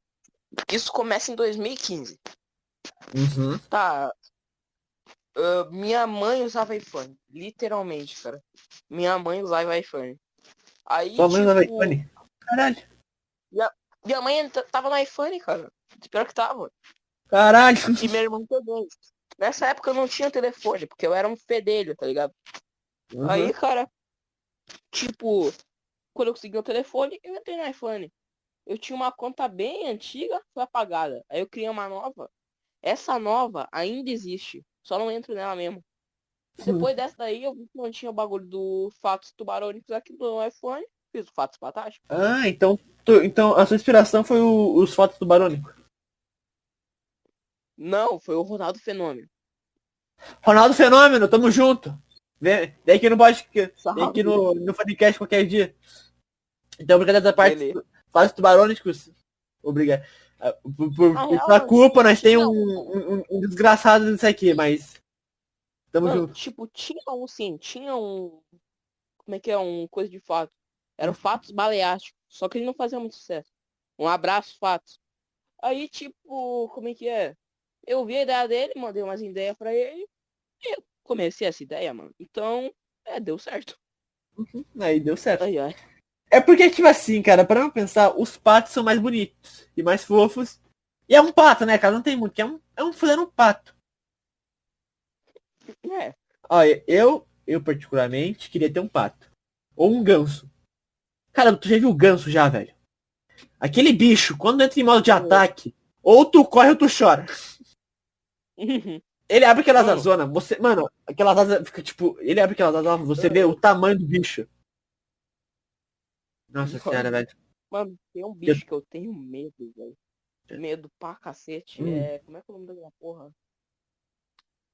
B: Isso começa em 2015.
A: Uhum.
B: Tá. Ah, minha mãe usava iPhone. Literalmente, cara. Minha mãe usava iPhone. Aí,
A: Sua mãe usava
B: tipo,
A: iPhone? Caralho.
B: Minha mãe entra- tava no iPhone, cara. Pior que tava.
A: Caralho.
B: E meu irmão também. Nessa época eu não tinha telefone, porque eu era um fedelho, tá ligado?
A: Uhum.
B: Aí, cara, tipo, quando eu consegui o telefone, eu entrei no iPhone. Eu tinha uma conta bem antiga, foi apagada. Aí eu criei uma nova. Essa nova ainda existe. Só não entro nela mesmo. Depois dessa daí, eu vi que não tinha o bagulho do fatos tubarônicos aqui do iPhone. Fiz o fatos fantástico.
A: Ah, então, tu- então a sua inspiração foi o- os fotos do Barônico.
B: Não, foi o Ronaldo Fenômeno.
A: Ronaldo Fenômeno, tamo junto. Vem, vem aqui no podcast, vem
B: Salve.
A: aqui no, no podcast qualquer dia. Então, obrigado da parte.
B: Beleza.
A: Faz tubarônicos. Obrigado. Ah, Por, por,
B: Ah,
A: por
B: não,
A: sua
B: não.
A: culpa, nós tem um,
B: Não.
A: um, um desgraçado nisso aqui, mas. Tamo
B: Mano,
A: junto.
B: tipo, tinha um sim, tinha um. Como é que é? Um coisa de fato.
A: Hum.
B: Era o Fatos Baleástico. Só que ele não fazia muito sucesso. Um abraço, Fatos. Aí, tipo, como é que é? Eu vi a ideia dele, mandei umas ideias pra ele. E eu comecei essa ideia, mano. Então, é, deu certo.
A: Aí deu certo.
B: Ai, ai.
A: É porque, tipo assim, cara, pra eu pensar, os patos são mais bonitos e mais fofos. E é um pato, né, cara? Não tem muito. que É um, é um fulano pato.
B: É.
A: Olha, eu, eu particularmente queria ter um pato. Ou um ganso. Cara, tu já viu o ganso já, velho? Aquele bicho, quando entra em modo de ataque, ou tu corre ou tu chora.
B: Uhum.
A: Ele abre aquelas
B: Mano.
A: azonas, você. Mano, aquelas asas fica tipo. Ele abre aquelas asas, você vê o tamanho do bicho. Nossa
B: Mano.
A: senhora, velho.
B: Mano, tem um bicho que eu tenho medo, velho. Medo pra cacete.
A: É. Hum.
B: É. Como é que é o nome daquela porra?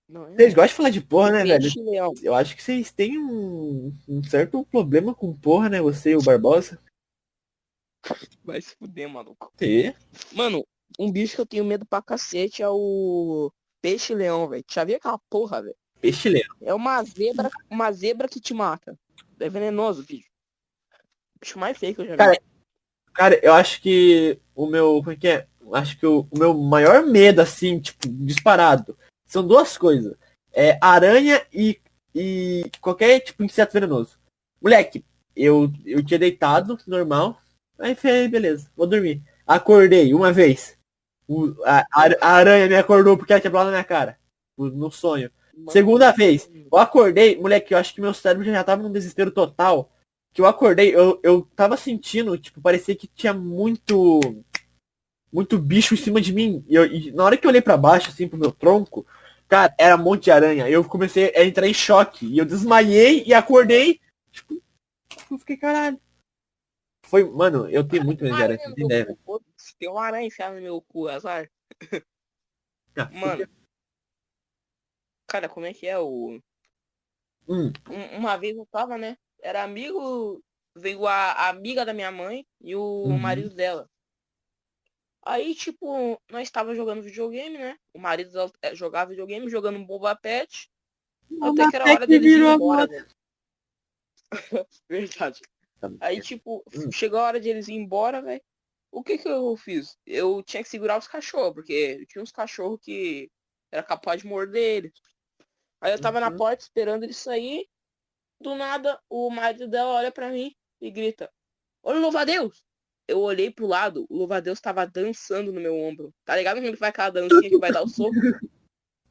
B: Não é?
A: Vocês gostam de falar de porra, né, velho?
B: Peixe leão.
A: Eu acho que vocês têm um, um certo problema com porra, né? Você e o Barbosa.
B: Vai se fuder, maluco.
A: Sim.
B: Mano, um bicho que eu tenho medo pra cacete é o peixe-leão, velho. Já viu aquela porra, velho?
A: Peixe leão.
B: É uma zebra, uma zebra que te mata. É venenoso, bicho. O bicho mais feio que eu já vi.
A: Cara, Cara, eu acho que o meu. Como é que é? Acho que o, o meu maior medo, assim, tipo, disparado, são duas coisas. É aranha e, e qualquer tipo de inseto venenoso. Moleque, eu, eu tinha deitado, normal. Aí falei, beleza, vou dormir. Acordei uma vez. O- a, a- a aranha me acordou porque ela tinha pulado na minha cara. tipo, no sonho.
B: Mano,
A: Segunda vez. Eu acordei, moleque, eu acho que meu cérebro já tava num desespero total. Que eu acordei, eu, eu tava sentindo, tipo, parecia que tinha muito. Muito bicho em cima de mim. E, eu- e na hora que eu olhei pra baixo, assim, pro meu tronco, cara, era um monte de aranha. Eu comecei a entrar em choque. E eu desmaiei e acordei. Tipo, eu fiquei, caralho. Foi, mano, eu tenho muito medo de aranha,
B: aranha
A: não
B: no
A: tem
B: meu
A: ideia.
B: cu, foda-se, Tem uma aranha enfiada no meu cu, azar.
A: Ah,
B: Mano. Cara, como é que é o.
A: Hum.
B: Um- Uma vez eu tava, né? Era amigo. Veio a a amiga da minha mãe e o
A: Uhum.
B: marido dela. Aí, tipo, nós tava jogando videogame, né? O marido dela eh, jogava videogame, jogando bomba pet. Até que era hora dele ir embora, né? Verdade. Aí, tipo,
A: Hum.
B: chegou a hora de eles ir embora, velho. O que que eu fiz? Eu tinha que segurar os cachorros, porque tinha uns cachorros que era capaz de morder eles. Aí eu tava na
A: Uhum.
B: porta esperando eles sair. Do nada, o marido dela olha pra mim e grita, olha o louva-a-Deus! Eu olhei pro lado, o louva-a-Deus tava dançando no meu ombro. Tá ligado quando faz aquela dancinha que vai dar o soco?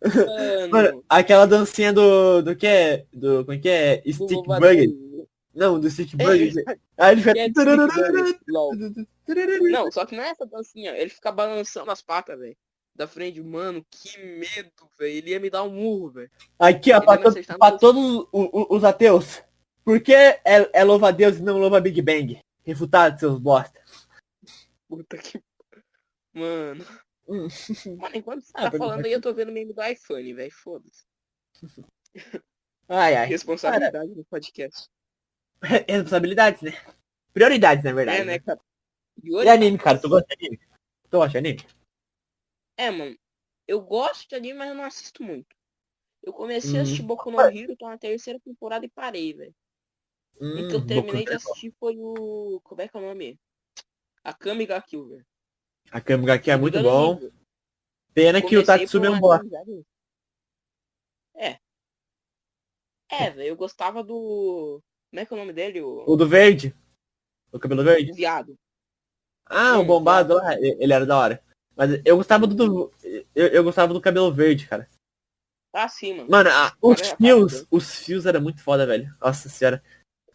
B: um
A: Mano, aquela dancinha do. do que é? Do. Como é que é?
B: do
A: Stick Bugger.
B: Louva-a-Deus.
A: Não, do Stick
B: É,
A: Bugger. Aí ele
B: é do Stick Bugger, lol.
A: fica.
B: Não, só que não é essa dancinha. Ele fica balançando as patas, velho. Da frente, mano, que medo, velho. Ele ia me dar um murro, velho.
A: Aqui, ó,
B: Ele
A: pra,
B: vai
A: to-
B: acertar no
A: pra
B: meu-
A: todos o- o- os ateus. Por que é, é louva a Deus e não louva Big Bang? Refutado, seus bosta.
B: Puta que. Mano.
A: Hum.
B: Mano, enquanto você
A: Ah,
B: tá
A: pra-
B: falando aí, eu tô vendo meme do iPhone, velho. Foda-se.
A: Ai, ai.
B: Responsabilidade no podcast.
A: Responsabilidades, né? Prioridades, na verdade.
B: É,
A: né?
B: né, cara? E
A: E é
B: hoje-
A: anime, cara, tu gosta de anime? Tu gosta de anime?
B: É, mano. Eu gosto de anime, mas eu não assisto muito. Eu comecei
A: Hum.
B: a assistir Boku no Hero, tô na terceira temporada e parei, velho. O que eu
A: Hum,
B: terminei
A: Boku
B: de
A: no-
B: assistir foi o. Como é que é o nome? A Kami ga Kill, velho.
A: A Kamiga aqui é
B: Se não me
A: muito
B: engano,
A: bom.
B: horrível.
A: Pena que o
B: Comecei
A: Tatsumi é
B: por
A: um
B: uma
A: bosta.
B: amizade. É. É, velho, eu gostava do. Como é que é o nome dele? O,
A: O do verde? O cabelo verde?
B: o viado.
A: Ah, o
B: Hum,
A: bombado lá, e- ele era da hora. Mas eu gostava do, do- eu, eu gostava do cabelo verde, cara.
B: Tá assim, mano.
A: Mano, a- os
B: Cara, é
A: fios,
B: rápido.
A: os fios era muito foda, velho. Nossa senhora.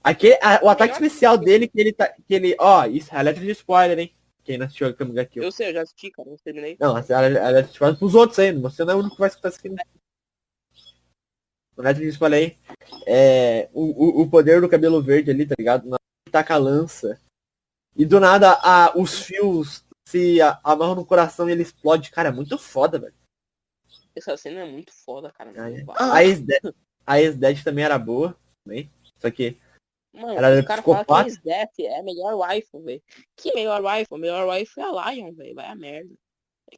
A: Aquele, a- o ataque
B: Melhor
A: especial
B: que-
A: dele que ele tá, que ele, ó, isso, a letra de spoiler, hein? Quem não assistiu a Kamiga Kill.
B: Eu sei, eu já assisti, cara, eu terminei.
A: Não, a a letra de spoiler pros outros aí, você não é o único que vai escutar isso aqui. não. A letra de spoiler aí, é, o, o, o poder do cabelo verde ali, tá ligado? Na taca a lança. E do nada a, os fios se a- amarram no coração e ele explode. Cara, é muito foda, velho.
B: Essa cena é muito foda, cara.
A: Ah,
B: Mano,
A: A ex-dead a ex-Dead também era boa, também. Só que,
B: mano
A: Ela era
B: os caras falam que
A: é psicopata.
B: Death é a melhor rifle, velho. Que melhor rifle? A melhor rifle é a Lion, velho. Vai a merda.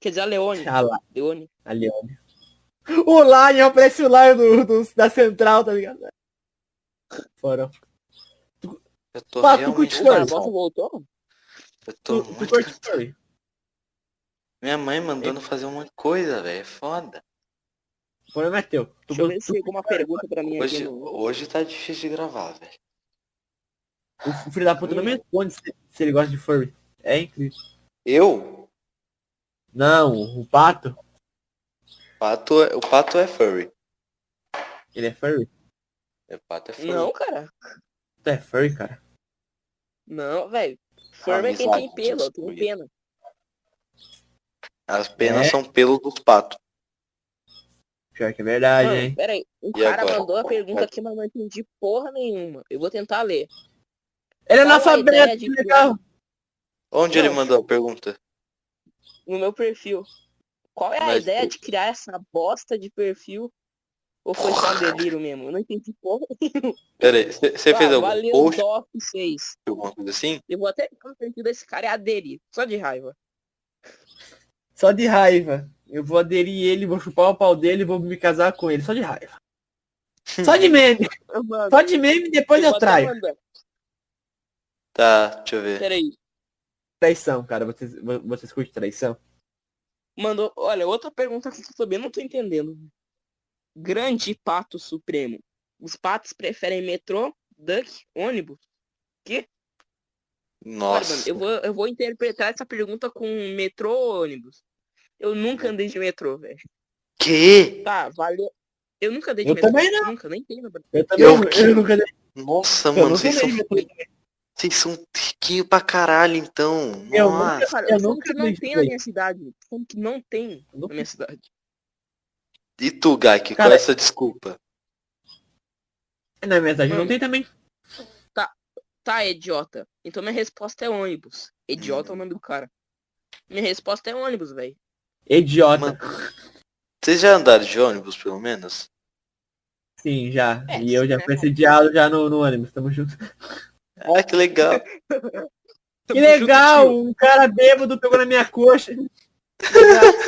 B: Quer dizer, a Leone.
A: ah lá,
B: Leone.
A: a Leone. O Lion parece o Lion do, do- da Central, tá ligado? Foram.
C: Eu tô
A: Pato
C: realmente
A: Curtiço.
B: O cara
A: Leone.
B: bota
A: cansado.
B: voltou?
C: Eu
A: Tu,
C: tô
A: tu
C: muito
A: curte
C: cansado.
A: Fury?
C: Minha mãe mandando fazer um monte de coisa, velho. É foda.
A: O problema é teu. Tu,
B: Deixa eu ver
A: tu,
B: se chegou uma pergunta pra mim aqui
C: Hoje,
B: no.
C: hoje tá difícil de gravar, velho.
A: o filho da puta não me responde se, se ele gosta de Furry. É incrível.
C: Eu?
A: Não, o pato,
C: Pato, é- o pato é furry.
A: ele é furry.
C: O pato é furry.
B: Não, cara.
A: Tu é furry, cara.
B: Não, velho. Forma é quem tem
C: Amizade
B: pelo, eu tenho
C: destruída.
B: pena.
C: As penas
A: É.
C: são pelo dos patos.
A: Pior que é verdade, hein?
B: Mano, pera aí. Um
C: E
B: cara
C: agora?
B: mandou a pergunta aqui, mas não entendi porra nenhuma. Eu vou tentar ler.
A: Ele é
B: Qual a ideia
A: analfabeto,
B: de
A: que legal.
C: Onde
B: Não,
C: ele mandou a pergunta?
B: No meu perfil. Qual é a
C: Mas,
B: ideia
C: pô.
B: de criar essa bosta de perfil? Ou foi só um delírio mesmo? Eu não entendi porra.
C: Pera aí, você
B: Ah,
C: fez algum
B: valeu,
C: post,
B: Doc 6.
C: alguma coisa assim?
B: Eu vou até pegar o perfil desse cara e aderir. Só de raiva.
A: Só de raiva. Eu vou aderir ele, vou chupar o pau dele, vou me casar com ele. Só de raiva. Só de meme.
B: Mano,
A: Só de meme, depois eu
B: vou até
A: traio.
B: mandar.
C: Tá, deixa eu ver.
B: Pera aí.
A: Traição, cara. Vocês, vo- vocês curtem traição?
B: Mandou, olha, outra pergunta que eu também não tô entendendo. Grande pato supremo. Os patos preferem metrô, duck, ônibus? Olha, mano,
C: Nossa.
B: eu vou, eu vou interpretar essa pergunta com metrô ou ônibus. Eu nunca andei de metrô, velho.
C: Quê?
B: Tá, valeu. Eu nunca dei de
A: Eu
B: metrô.
A: também
B: Nunca, nem tenho. mano.
A: Eu também
C: Eu
A: eu
C: que-
A: nunca dei.
C: Nossa,
A: Eu
C: mano,
A: nunca
C: vocês são,
A: dei metrô.
C: vocês são riquinhos pra caralho, então.
A: Eu
C: Nossa.
A: nunca-
B: Cara,
A: eu
B: como
A: nunca
B: que não
A: dei
B: tem
A: de
B: na
A: metrô.
B: minha cidade? Como que não tem na minha cidade?
C: E tu, Gaik, qual
A: Cara,
C: é essa desculpa?
A: Na minha cidade não
B: Mano.
A: tem também.
B: Tá, idiota. Então minha resposta é ônibus. Idiota é o nome do cara. Minha resposta é ônibus, velho.
A: Idiota.
C: Mano. Vocês já andaram de ônibus, pelo menos?
A: Sim, assim, já.
B: É,
A: e eu já
B: né?
A: fui sediado já no, no ônibus, tamo junto.
C: Ah, que legal.
A: Que legal! Um cara bêbado pegou na minha coxa.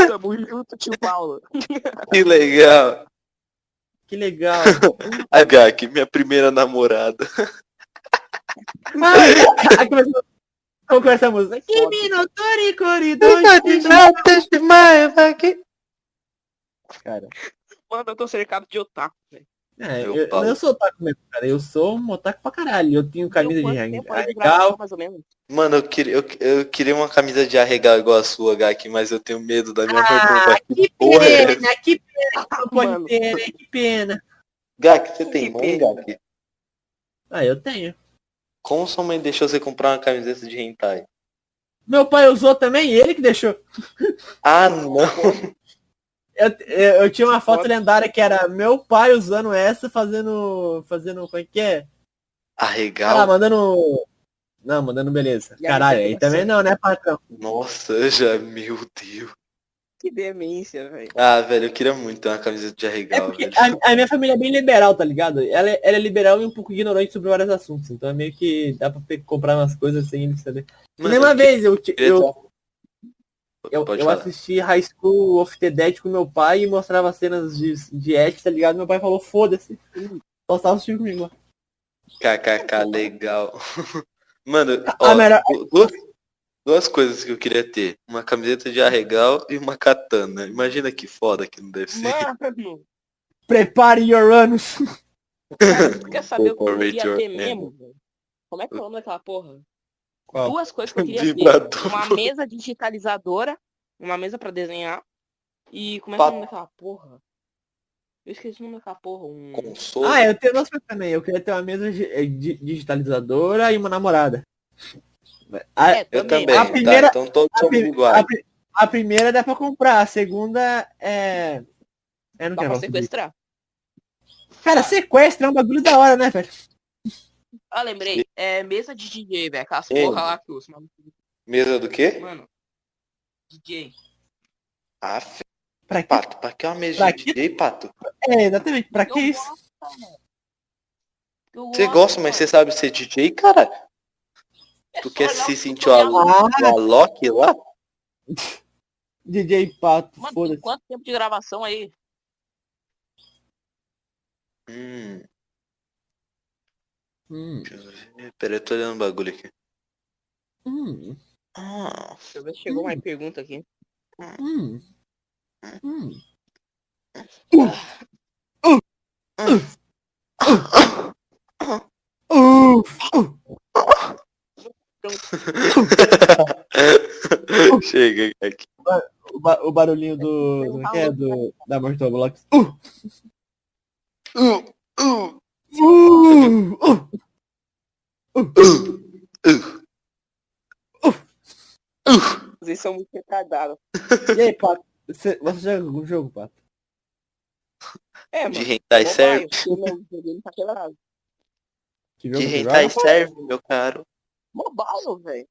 B: Tamo junto, tio Paulo.
C: Que legal.
A: Que legal.
C: A Gaik, minha primeira namorada.
A: Ai, aí começou- Então começamos. Kimi no Tori
C: Tá,
A: Corridor.
C: tá.
A: Cara.
B: Mano, eu tô cercado de otaku, velho.
A: É,
C: Meu
A: eu, eu
C: pau.
A: não sou otaku mesmo, cara. Eu sou um otaku pra caralho. Eu tenho camisa
B: Deu
A: de
B: quanto um tempo aí
A: hangar.
B: de
A: Legal.
B: gravação, mais ou menos?
C: Mano, eu queria, eu, eu queria uma camisa de arregal igual a sua, Gaik, mas eu tenho medo da
A: Ah,
C: minha vergonha.
A: que
C: porra é essa?
A: que pena,
B: Ah,
A: pode
B: mano.
A: ter, né? que pena.
C: Gaik, você tem
B: Que
C: mãe,
B: pena.
C: Gaik?
A: Ah, eu tenho.
C: Como sua mãe deixou você comprar uma camiseta de hentai?
A: Meu pai usou também, ele que deixou.
C: Ah, não.
A: Eu, eu, eu tinha uma foto
B: Foda.
A: lendária que era meu pai usando essa, fazendo. fazendo. como é que é? Ah, lá,
C: Arregal?
A: mandando. Não, mandando beleza.
B: E aí,
A: Caralho,
B: tem
A: aí
B: que
A: também
B: ser.
A: não, né, patrão?
C: Nossa, eu já, meu Deus.
B: Que demência, velho.
C: Ah, velho, eu queria muito ter uma camiseta de
A: É
C: arregal,
A: porque
C: velho.
A: a, a minha família é bem liberal, tá ligado? Ela, é- ela é liberal e um pouco ignorante sobre vários assuntos. Então é meio que dá pra pe- comprar umas coisas sem ele saber.
C: Mano,
A: Lembra uma
C: eu
A: vez, eu, ti-
C: queria
A: eu,
C: ter-
A: eu,
C: Pode
A: eu
C: falar.
A: assisti High School of the Dead com meu pai e mostrava cenas de, de Ash, tá ligado? Meu pai falou, foda-se. Passava assistindo comigo. lá.
C: KKK, legal. Mano,
A: Ah,
C: ó,
A: melhor-
C: du- duas, duas coisas que eu queria ter. Uma camiseta de arregal e uma katana. Imagina que foda que não deve ser.
B: Mano,
A: Prepare your anus.
B: cara, tu quer saber o que eu
C: Overrated,
B: queria ter
C: né?
B: mesmo, velho? Como é que é o nome daquela porra?
A: Qual?
B: Duas coisas que eu queria ter.
C: Vibrador.
B: Uma mesa digitalizadora, uma mesa pra desenhar. E como é que é
C: Pa-
B: o nome daquela porra? Eu esqueci o nome daquela porra. Um...
C: Console.
A: Ah, eu tenho duas coisas também. Eu queria ter uma mesa de- eh, di- digitalizadora e uma namorada. A,
B: É,
C: Eu também,
A: A primeira-
C: tá? Então todos
A: a
C: somos
A: pri-
C: iguais.
A: a pri- a primeira dá pra comprar, a segunda é. É, não quero
B: Dá pra
A: falar sobre isso.
B: sequestrar.
A: Cara, sequestra é um bagulho da hora, né, velho?
B: Ah, lembrei. É mesa de DJ, velho. Aquelas
C: Ei.
B: porra lá que os malucos.
C: Mesa do quê?
B: Mano. DJ.
C: Ah, f...
A: Pra que?
C: pato, pra que é uma mesa
A: Pra
C: de DJ, pato?
A: É, exatamente, pra que
B: Eu
A: isso?
B: gosto, mano. Eu
C: Você
B: gosto,
C: gosta, mas você
B: mano.
C: sabe ser DJ, cara?
B: É
C: Tu
B: só
C: quer
B: olhar
C: se
B: o
C: sentir
B: tutorial.
C: o
A: Ah,
C: Alok lá?
A: DJ Pato,
B: Mano, tem
A: foda-se.
B: quanto tempo de gravação aí?
C: Hum,
A: Hum,
C: deixa eu ver. Pera, eu tô olhando o bagulho aqui.
A: hum,
C: Ah,
B: Deixa eu ver se chegou mais pergunta aqui.
A: hum, hum.
B: Ah.
A: Uh,
C: Chega aqui.
A: o, ba- o barulhinho do. Como é que é? Do, da Mortal Blocks. Uh,
C: Uh, uh,
A: uh, uh.
C: uh, uh.
B: Vocês são muito retardados.
A: E aí, Pato? Você, você joga algum jogo, Pato?
B: É, mano.
C: De hentai serve?
B: Mobile, o videogame tá quebrado.
A: Que jogo
C: De
A: você
C: hentai
A: joga?
C: serve, meu caro.
B: Mobile, velho.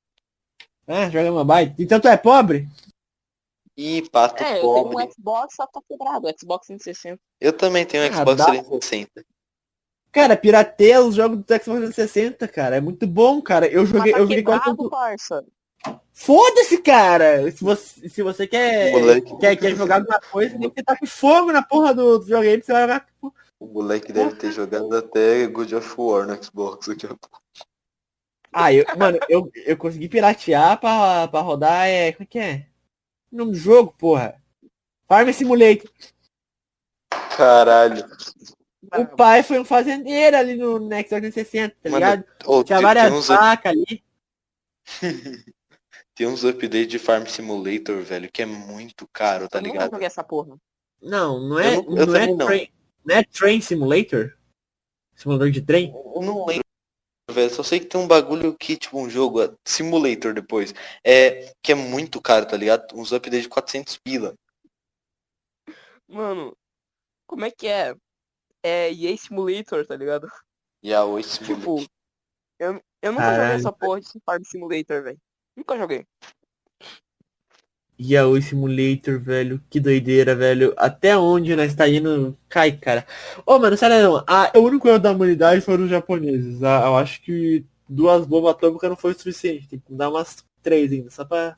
A: Ah, joga mobile. Então tu é pobre?
C: Ih, pato
B: É, eu tenho
C: pobre.
B: um Xbox, só que tá quebrado. O Xbox 360.
C: Eu também tenho um
A: Ah,
C: Xbox
A: dá.
C: 360.
A: Cara, pirateia os jogos do Xbox 360, cara. É muito bom, cara. Eu
B: Mas
A: joguei,
B: tá
A: eu joguei quase
B: quebrado,
A: todo.
B: parça.
A: Foda-se, cara! Se você, se você quer,
C: Moleque.
A: quer, quer jogar alguma coisa, tem que estar com fogo na porra do, do jogo aí, você vai jogar.
C: O moleque deve ter jogado até God of War no Xbox daqui a pouco.
A: Ah, eu, mano, eu, eu consegui piratear pra, pra rodar, é. Como é que é? O nome do jogo, porra. Farm Simulator.
C: Caralho.
A: O pai foi um fazendeiro ali no, no Xbox 360, tá
C: Mano,
A: ligado?
C: Ô,
A: Tinha
C: tem, tem
A: várias
C: uns,
A: vacas ali.
C: tem uns updates de Farm Simulator, velho, que é muito caro, tá
B: Eu nunca
C: ligado?
B: joguei essa porra.
A: Não, não é.
C: Eu não-
A: Não,
C: eu
A: é
C: também não.
A: train, não é Train Simulator? Simulador de trem?
C: Eu não lembro, velho. Só sei que tem um bagulho que, tipo, um jogo, é, Simulator depois, é que é muito caro, tá ligado? Uns updates de 400 pila.
B: Mano, como é que é? É EA Simulator, tá ligado?
C: E a 8 Simulator.
B: Tipo, eu, eu nunca joguei
A: Caralho.
B: essa porra de Farm Simulator, velho. Nunca joguei.
A: E o Simulator, velho. Que doideira, velho. Até onde nós tá indo? Cai, cara. Ô, mano, sério, não. A, o único erro da humanidade foram os japoneses. Ah, eu acho que duas bombas atômicas não foi o suficiente. Tem que dar umas três ainda, só pra.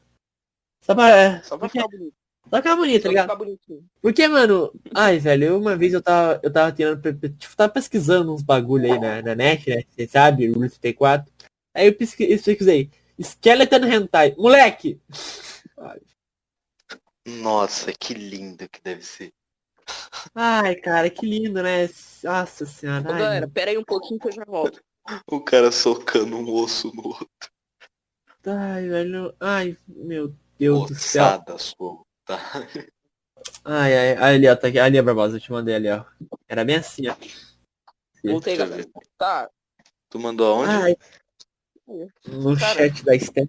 A: Só pra. É,
B: Só pra
A: porque-
B: ficar bonito.
A: só pra bonito,
B: Só
A: tá
B: pra
A: ligado?
B: ficar bonitinho.
A: Porque, mano, ai, velho, eu uma vez eu tava, eu tava tirando, pe- pe- tipo, tava pesquisando uns bagulho aí na, na net, né? Você sabe, Rule 34. Aí eu pesqui- eu pesquisei, Skeleton Hentai. Moleque!
C: Nossa, que lindo que deve ser.
A: Ai, cara, que lindo, né? Nossa senhora.
B: Ô,
A: ai,
B: galera, pera aí um pouquinho que eu já volto.
C: O cara socando um osso no outro.
A: ai, velho. Ai, meu Deus do céu.
C: Ossada sua. Tá.
A: Ai, ai, ai, ali, ó, tá aqui. Ali, ó, Barbosa, eu te mandei ali, ó. Era bem assim, ó.
B: Voltei,
C: Deixa eu
B: galera.
C: ver.
B: Tá,
C: Tu mandou aonde?
A: Ai. No
B: Cara.
A: chat da Step.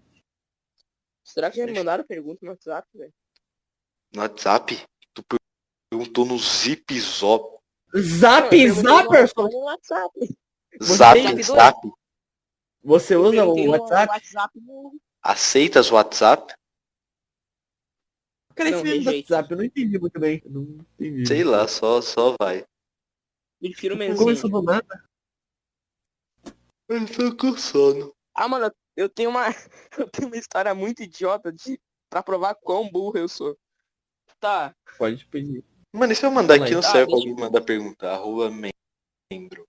B: será que já me mandaram pergunta no WhatsApp, velho?
C: No WhatsApp? Tu per- perguntou no Zip Zop.
B: Não, eu
A: Zap,
B: perguntei no
A: Zapper!
B: No WhatsApp.
C: Zap,
A: tem-
C: Zap.
A: Você
B: Eu
A: usa
B: perguntei
A: o
B: no
A: WhatsApp?
B: WhatsApp no-
C: Aceitas WhatsApp?
A: Cara,
B: Não,
A: esse meme do
B: rejeito.
A: WhatsApp, eu não entendi muito bem. Eu Não entendi.
C: Sei lá, só, só vai.
B: Prefiro mesmo.
A: Começou do nada.
C: Eu tô com sono.
B: Ah, mano, eu tenho uma. Eu tenho uma história muito idiota de... pra provar quão burro eu sou. Tá,
A: Pode pedir.
C: Mano, e se eu mandar aqui no
B: Tá,
C: serve
B: deixa
C: alguém mandar pergunta? Arroba membro.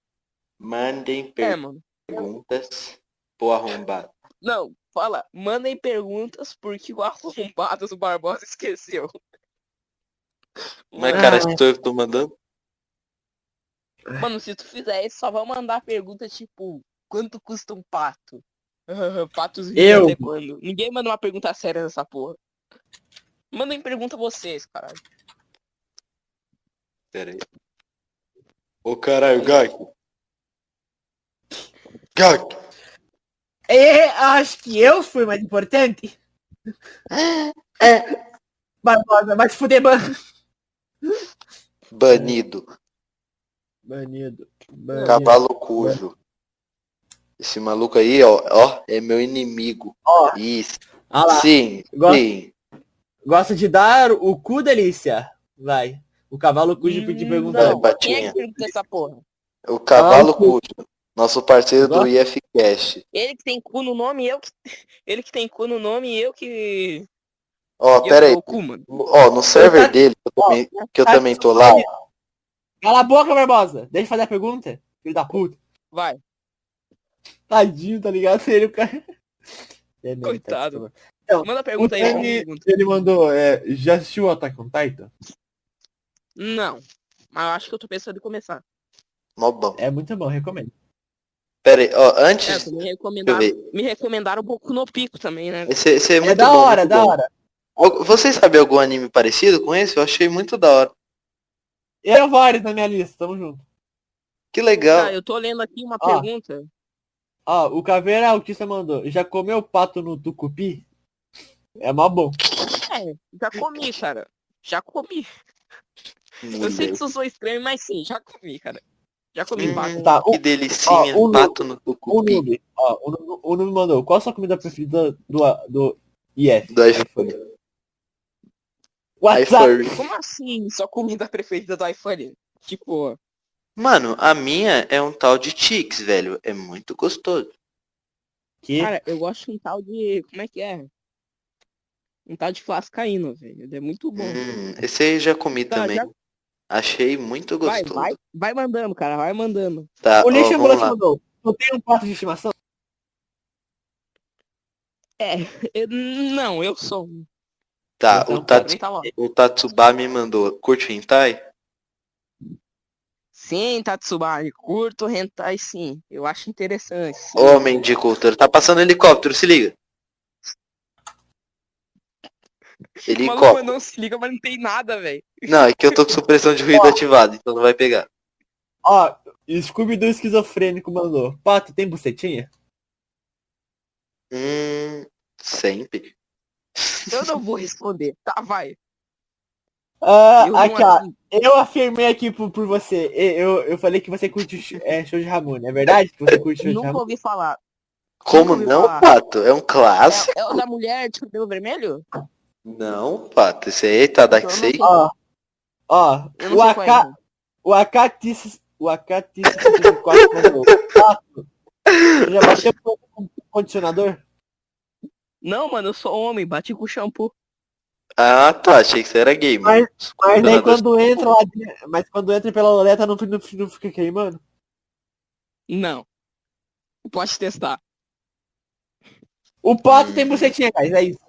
C: Mandem
B: é, mano.
C: perguntas. Pô, arrombado.
B: Não, fala, mandem perguntas porque o arrombado do Barbosa esqueceu.
C: Mas,
A: Ah.
C: cara, se sou eu que tô mandando?
B: Mano, se tu fizer isso, só vai mandar pergunta tipo, quanto custa um pato? Patos vivem
A: Eu?
B: até quando? Ninguém manda uma pergunta séria nessa porra. Mandem pergunta vocês, caralho.
C: Pera aí. Ô, caralho, Gaiko. Gaiko.
A: É, acho que eu fui mais importante. É. Barbosa, vai se fuder, ban...
C: Banido.
A: Banido.
C: Cavalo cujo. Esse maluco aí, ó, ó, é meu inimigo.
A: Ó.
C: Isso.
A: Olha Ah lá.
C: Sim,
A: Gosto.
C: sim.
A: Gosta de dar o cu, delícia. Vai. O cavalo cujo
B: Hum,
A: pediu perguntar.
C: Vai,
B: Quem é
C: Batinha.
B: que pergunta essa porra?
C: O cavalo
A: Gosto.
C: cujo. Nosso parceiro do
A: Gosto.
C: IFCast.
B: Ele que tem cu no nome, eu que. Ele que tem cu no nome e eu que.
C: Ó,
B: eu
C: pera aí.
B: sou o cu, mano.
C: Ó, no server
A: tá-
C: dele, que eu também, que eu
A: tá-
C: também tô lá,
A: Cala a boca, Barbosa. Deixa eu fazer a pergunta. Filho da puta.
B: Vai.
A: Tadinho, tá ligado? Ele, o cara... É mesmo, tá,
B: Coitado.
A: desculpa.
B: Manda pergunta aí,
A: Ele-
B: manda pergunta.
A: Ele mandou, é, já assistiu Attack on Titan?
B: Não. Mas eu acho que eu tô pensando em começar.
C: mó bom.
A: É muito bom, recomendo.
C: Pera aí, ó,
B: É,
C: antes,
B: me recomendaram,
C: deixa eu ver.
B: me recomendaram o Boku no Pico também, né?
C: Esse, esse é
A: É
C: muito
A: da
C: bom,
A: hora,
C: muito
A: da
C: bom.
A: hora.
C: Al- Vocês sabem algum anime parecido com esse? Eu achei muito da hora.
A: Eu vários É na minha lista, tamo junto.
C: Que
B: Tá,
C: legal.
B: eu tô lendo aqui uma
A: Ó.
B: pergunta.
A: Ó, o Caveira Autista mandou. Já comeu pato no tucupi? É mó bom.
B: É, já comi, cara. Já comi. Eu
C: Meu
B: sei que
C: Deus.
B: isso sou estranho, mas sim, já comi, cara. Já comi
C: Hum.
B: pato.
A: Tá,
C: Que
A: o,
C: delicinha,
A: Ó, o
C: pato no
A: o
C: tucupi.
A: Nube. Ó, o, Nube- o Nube mandou. Qual a sua comida preferida do, do IF?
C: Do iPhone.
A: WhatsApp.
C: iFurry.
B: Como assim sua comida preferida do iPhone? Tipo,
C: Mano, a minha é um tal de Chicks, velho. É muito gostoso.
A: Que?
B: cara, eu gosto de um tal de. Como é que é? Um tal de flascaíno, velho. Ele É muito bom.
C: Hum, esse aí eu já comi
B: Tá,
C: também.
B: já-
C: Achei muito
B: Vai,
C: gostoso.
B: vai, vai mandando, cara. Vai mandando.
C: Tá,
A: o lixo
C: ó, vamos
A: ambulante
C: lá.
A: mandou. Tu tem um pato de estimação?
B: Eu- não, eu sou um.
C: Tá,
A: Então,
C: o, Tats...
B: Também tá lá.
C: o Tatsuba me mandou. Curte hentai?
B: Sim, Tatsubari, curto hentai sim. Eu acho interessante. sim.
C: Homem de cultura. Tá passando helicóptero, se liga. Ele
B: O maluco
C: copo.
B: mandou um se liga, mas não tem nada, velho.
C: Não, é que eu tô com supressão de ruído ativada, então não vai pegar.
A: Ó, Scooby do esquizofrênico mandou. Pato, tem bucetinha?
C: Hum. Sempre.
B: Eu não vou responder. Tá, vai.
A: Ah,
B: Eu não
A: aqui, ó.
B: acho-
A: Eu afirmei aqui por, por você. E- Eu, eu falei que você curte sh- é, show de Ramone. É verdade que você curte show de
B: Nunca
A: Ramone?
B: ouvi falar.
C: Como
B: ouvi
C: não,
B: falar.
C: Pato? É um clássico?
B: É, é o da mulher de cabelo vermelho?
C: Não, Pato. Esse aí tá da
B: Eu
C: que
B: Então não
C: sei.
B: sei.
A: Ó, ó.
B: Eu
A: O
B: não sei qual é.
A: AK, o AK o AK-54 mandou. Pato, você já bateu com com condicionador?
B: Não, mano, eu sou homem, bati com shampoo.
C: Ah, tá. Achei que você era gay, mano.
A: Mas
C: Nada
A: nem quando entra lá dentro, mas quando entra pela loleta não, fica- não, fica- não fica queimando.
B: Não. Pode testar.
A: O pato
C: Hum.
A: tem bucetinha, guys, é isso.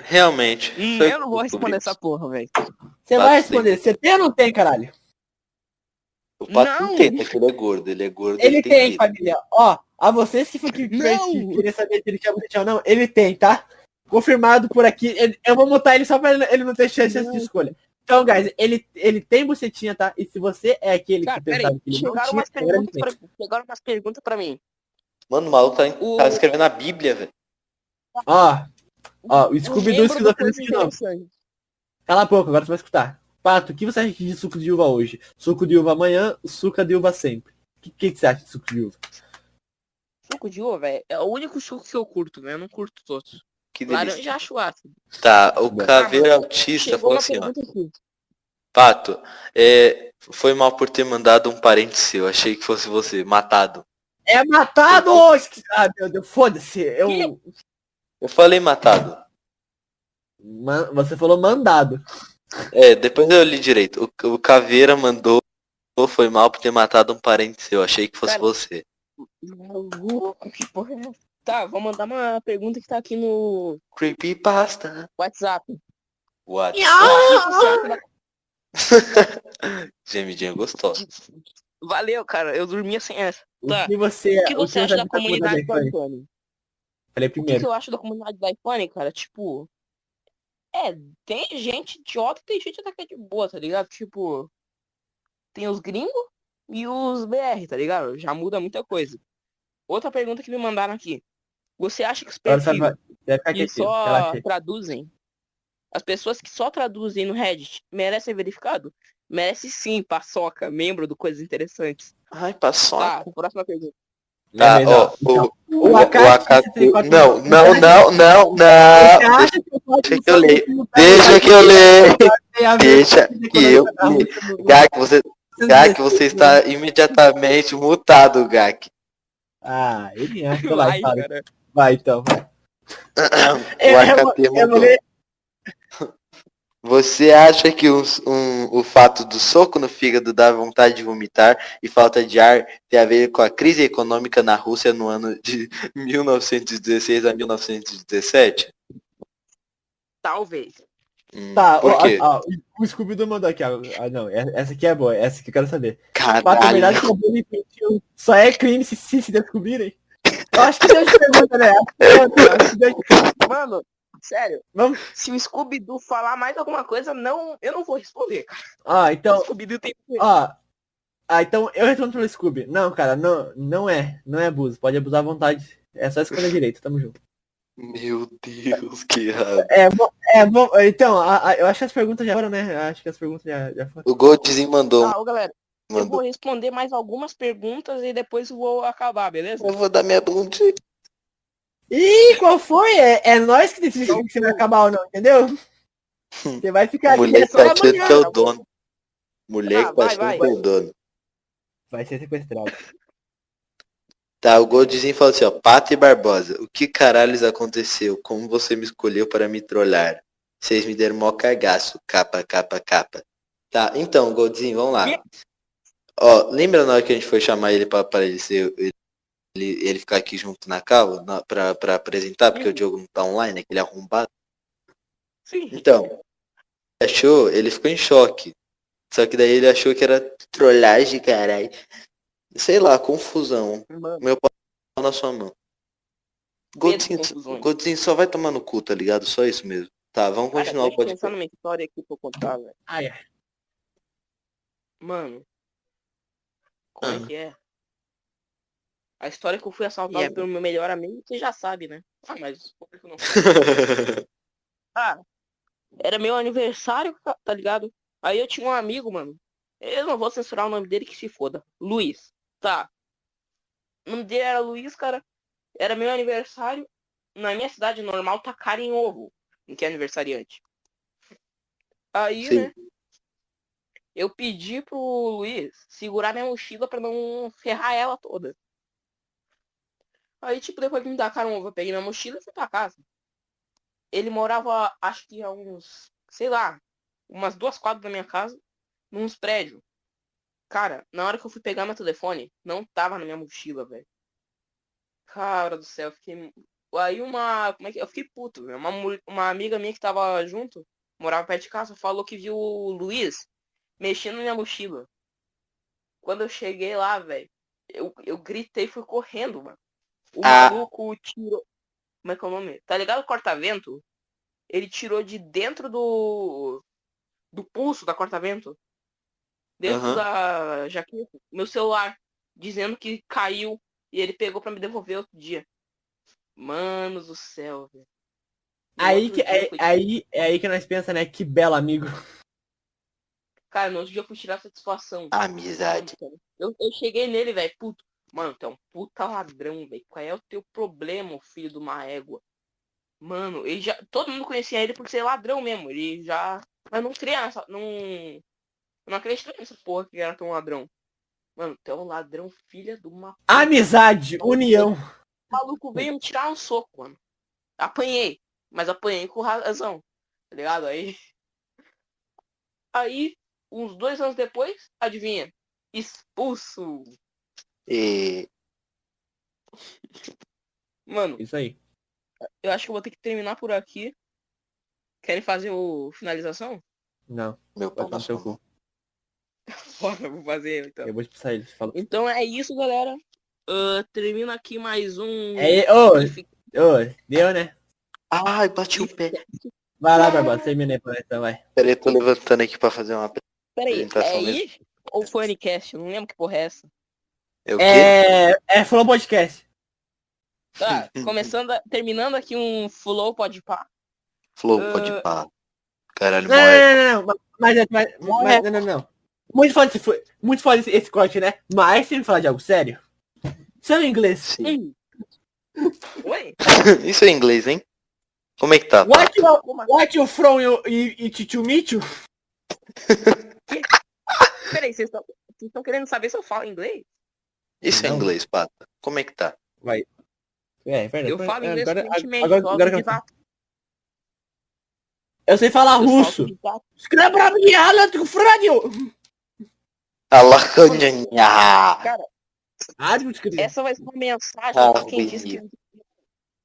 C: Realmente.
B: Hum,
C: Foi
B: eu não vou
C: sobre
B: responder
C: isso.
B: essa porra, velho.
A: Você
C: Pato
A: vai
C: tem.
A: responder, você tem ou não tem, caralho?
C: O Pato não,
B: Não.
C: tem, porque ele é gordo. Ele é gordo.
A: Ele tem,
C: vida.
A: família. Ó, a vocês que, que, que,
B: Não!
A: que queria saber se ele tinha bucetinha ou não, ele tem, tá? Confirmado por aqui. Ele- eu vou montar ele só pra ele, ele não ter chance de escolha. Então, guys, ele, ele tem bucetinha, tá? E se você é aquele
B: Cara,
A: que pensava
B: peraí.
A: que ele não
B: Chegaram
A: tinha,
B: umas
A: agora ele
B: perguntas
A: tem.
B: pra mim. Chegaram umas perguntas pra mim.
C: Mano, o maluco tá,
B: O-
C: tá escrevendo a Bíblia, velho.
A: Ó, ó, o Scooby-Doo
B: Lembro do
A: esquizofrênico
B: curso
A: de novo.
B: interessante.
A: Cala a boca, agora você vai escutar. Pato, o que você acha de suco de uva hoje? Suco de uva amanhã, suco é de uva sempre. O que, que, que você acha de suco de uva?
B: Suco de uva, velho. É o único suco que eu curto, velho. Eu não curto todos.
C: Que delícia.
B: Laranja acho ácido.
C: Tá, o
A: Bom.
C: Caveira Autista
B: Ah, Chegou
C: falou
B: uma
C: assim, ó.
B: pergunta aqui.
C: Pato, é, foi mal por ter mandado um parente seu. Achei que fosse você, matado.
A: É matado! ô, esqui- Ah, meu Deus, foda-se. Eu...
C: Eu falei matado.
A: Ma- Você falou mandado.
C: É, depois eu li direito. O, o Caveira mandou. Foi mal por ter matado um parente seu. Achei que fosse
B: Cara.
C: você.
B: Maluco, que porra é essa? Tá, vou mandar uma pergunta que tá aqui no
C: Creepypasta.
B: WhatsApp.
C: What? Gemidinha gostosa.
B: Valeu, cara. Eu dormia sem essa.
A: O
B: Tá.
A: que você,
B: O que você acha da
A: da
B: comunidade do
A: iPhone?
B: iPhone?
A: Falei
B: O que, que
A: primeiro.
B: eu acho da comunidade do iPhone, cara? Tipo. É, tem gente idiota e tem gente até que é de boa, tá ligado? Tipo. Tem os gringos e os BR, tá ligado? Já muda muita coisa. Outra pergunta que me mandaram aqui. Você acha que os
A: Agora você
B: perfis
A: vai, vai ficar
B: que
A: quietinho.
B: só
A: relaxa aí.
B: traduzem, as pessoas que só traduzem no Reddit, merecem ser verificado? Merece sim, paçoca, membro do Coisas Interessantes.
C: Ai, passou.
B: Tá, próxima pergunta.
C: Tá,
A: Beleza,
C: ó.
A: então.
C: o-
A: O
C: o
A: AK
C: AK Não, não, não, não,
A: Você
C: não.
A: acha que eu um posso
C: Deixa que eu leio. Deixa que eu leio. Deixa
A: tá
C: que eu leio. Gak, você, Gak, você está imediatamente mutado, Gak.
A: Ah, ele acha lá,
B: Ai,
A: cara.
B: cara.
A: Vai então, vai. É,
C: O é AKT
A: eu vou
C: mudou.
A: ler.
C: Você acha que os- um- o fato do soco no fígado dar vontade de vomitar e falta de ar tem a ver com a crise econômica na Rússia no ano de 1916 a 1917?
B: Talvez.
C: Hum,
A: Tá,
C: Por
A: ó,
C: quê?
A: ó, ó, o Scooby-Doo mandou aqui. ó. Ah, não, é- essa aqui é boa, essa que eu quero saber. Pato, verdade
C: Caralho.
A: que abuso infantil só é crime se se, se descobrirem? Eu acho que Deus pergunta, né? Eu acho que Deus-
B: Mano, sério.
A: Vamos-
B: Se o Scooby-Doo falar mais alguma coisa, não, eu não vou responder, cara.
A: Ó, então,
B: O Scooby-Doo tem...
A: ó. Ah, então eu respondo pelo Scooby. Não, cara, não, não é. Não é abuso. Pode abusar à vontade. É só escolher direito, tamo junto.
C: Meu Deus, que errado.
A: É, bom, é bom. Então, a- a- eu acho que as perguntas já foram, né? Eu Acho que as perguntas já, já foram.
C: O Goldzinho mandou,
B: Tá, ô, galera, eu
C: mandou.
B: vou responder mais algumas perguntas e depois vou acabar, beleza?
C: Eu vou dar minha bundinha.
A: Ih, qual foi? É, é nós que decidimos se vai acabar ou não, entendeu? Você vai ficar ali
C: Mulher
A: até
C: tá achando
A: amanhã.
C: que é o dono. Mulher
B: Ah,
C: que tá
B: vai,
C: achando
B: vai.
C: que é o dono.
A: Vai ser sequestrado.
C: Tá, o Goldzinho falou assim, ó, Pato e Barbosa, o que caralhos aconteceu? Como você me escolheu para me trollar? Vocês me deram mó cagaço, capa, capa, capa. Tá, então, Goldzinho, vamos lá.
B: Yeah.
C: Ó, lembra na hora que a gente foi chamar ele pra, pra ele ser. Ele, ele ficar aqui junto na cala, na, pra, pra apresentar, porque o
B: Uhum.
C: Diogo não tá online, aquele arrombado.
B: Sim.
C: Então, ele achou, ele ficou em choque. Só que daí ele achou que era trollagem, caralho. Sei lá, confusão.
B: Mano,
C: Meu pau na sua mão. Godzinho,
B: confusões.
C: Godzinho só vai tomar no cu, tá ligado? Só isso mesmo. Tá, vamos continuar o
B: Cara, deixa eu pensar
C: podcast.
B: numa história aqui pra eu contar, velho.
A: Ai, ai.
B: Mano. Como
C: Ah.
B: é que é? A história que eu fui assaltado
D: E é-
B: pelo meu melhor amigo, você já sabe, né? Ah, mas o público não Era meu aniversário, ca- tá ligado? Aí eu tinha um amigo, mano. Eu não vou censurar o nome dele que se foda. Luiz. Tá. O nome dele era Luiz, cara. Era meu aniversário. Na minha cidade normal tá cara em ovo. Em que é aniversariante. Aí,
C: Sim.
B: né? Eu pedi pro Luiz segurar minha mochila pra não ferrar ela toda. Aí, tipo, depois que me dar cara em ovo, eu peguei minha mochila e fui pra casa ele morava, acho que a uns, sei lá, umas duas quadras da minha casa, nos prédios. Cara, na hora que eu fui pegar meu telefone, não tava na minha mochila, velho. Cara do céu, eu fiquei. Aí uma. Como é que. Eu fiquei puto, velho. Uma, mul- uma amiga minha que tava junto, morava perto de casa, falou que viu o Luiz mexendo na minha mochila. Quando eu cheguei lá, velho, eu, eu gritei e fui correndo, mano. O
C: Ah.
B: maluco tirou. Como é que é o nome? Tá ligado o corta-vento? Ele tirou de dentro do. do pulso da corta-vento. Dentro
C: Aham.
B: da jaqueta. Meu celular. Dizendo que caiu. E ele pegou pra me devolver outro dia. Mano do céu, velho. No
A: Aí
B: outro
A: que,
B: dia
A: é,
B: eu fui-
A: aí, é aí que nós pensamos, né? Que belo amigo.
B: Cara, no outro dia eu fui tirar satisfação.
C: Ah, Amizade.
B: Então, Eu, eu cheguei nele, velho, puto. Mano, tu é um puta ladrão, velho. Qual é o teu problema, ô filho de uma égua? Mano, ele já. Todo mundo conhecia ele por ser ladrão mesmo. Ele já. Mas não cria nessa. Não. eu Não acredito nessa porra que era tão ladrão. Mano, tu é um ladrão, filha de uma.
A: Amizade, união.
B: O maluco veio me tirar um soco, mano. Apanhei. Mas apanhei com razão. Tá ligado? Aí. Aí, uns dois anos depois, adivinha? Expulso.
C: E...
B: Mano,
A: Isso aí.
B: eu acho que eu vou ter que terminar por aqui. Querem fazer o finalização?
A: Não,
C: Meu
A: vai
C: pau na
A: tomar seu
C: sua
A: cu.
B: Bora, vou fazer então.
A: Eu vou expulsar ele. Fala.
B: Então é isso, galera. Ah, termina aqui mais um.
A: É, ô,
B: E fica-
A: ô, deu, né?
C: Ai, bati o pé.
A: Vai lá, Barbosa, termina aí pra nós então, vai.
C: Peraí, tô levantando aqui pra fazer uma...
B: Peraí,
C: apresentação
B: é aí ou foi Anicast? Eu Não lembro que porra é essa.
C: Eu quê?
A: É, é, falou podcast.
B: Tá, começando, a- terminando aqui um Flow Pode Pá.
C: Flow,
B: Ah.
C: pode pá. Caralho,
A: Não,
C: mó é.
A: não, não, não, mas, mas, mas, não, não, não. Muito foda, esse, fo- muito foda esse, esse corte, né? Mas tem que falar de algo sério. Seu inglês.
C: Sim.
B: Hum. Oi?
C: Isso é inglês, hein? Como é que tá?
A: What you,
B: Como assim?
A: what you from you, e, e to, to meet you?
B: Peraí, vocês estão querendo saber se eu falo inglês?
C: Isso é
A: Não.
C: inglês, pata. Como é que tá?
A: É, verdade.
B: Eu falo
A: É,
B: inglês
A: agora,
B: fluentemente,
A: agora,
B: só tá
A: agora que
B: que
A: eu,
B: vá-
A: eu sei falar
B: eu falo
A: russo.
B: que vá-
A: Scrabra miala tu franio.
C: Alacanhanha!
A: Ah, Deus querido.
B: Essa vai ser É uma mensagem
C: Ah,
B: pra quem diz que
C: Luizinho.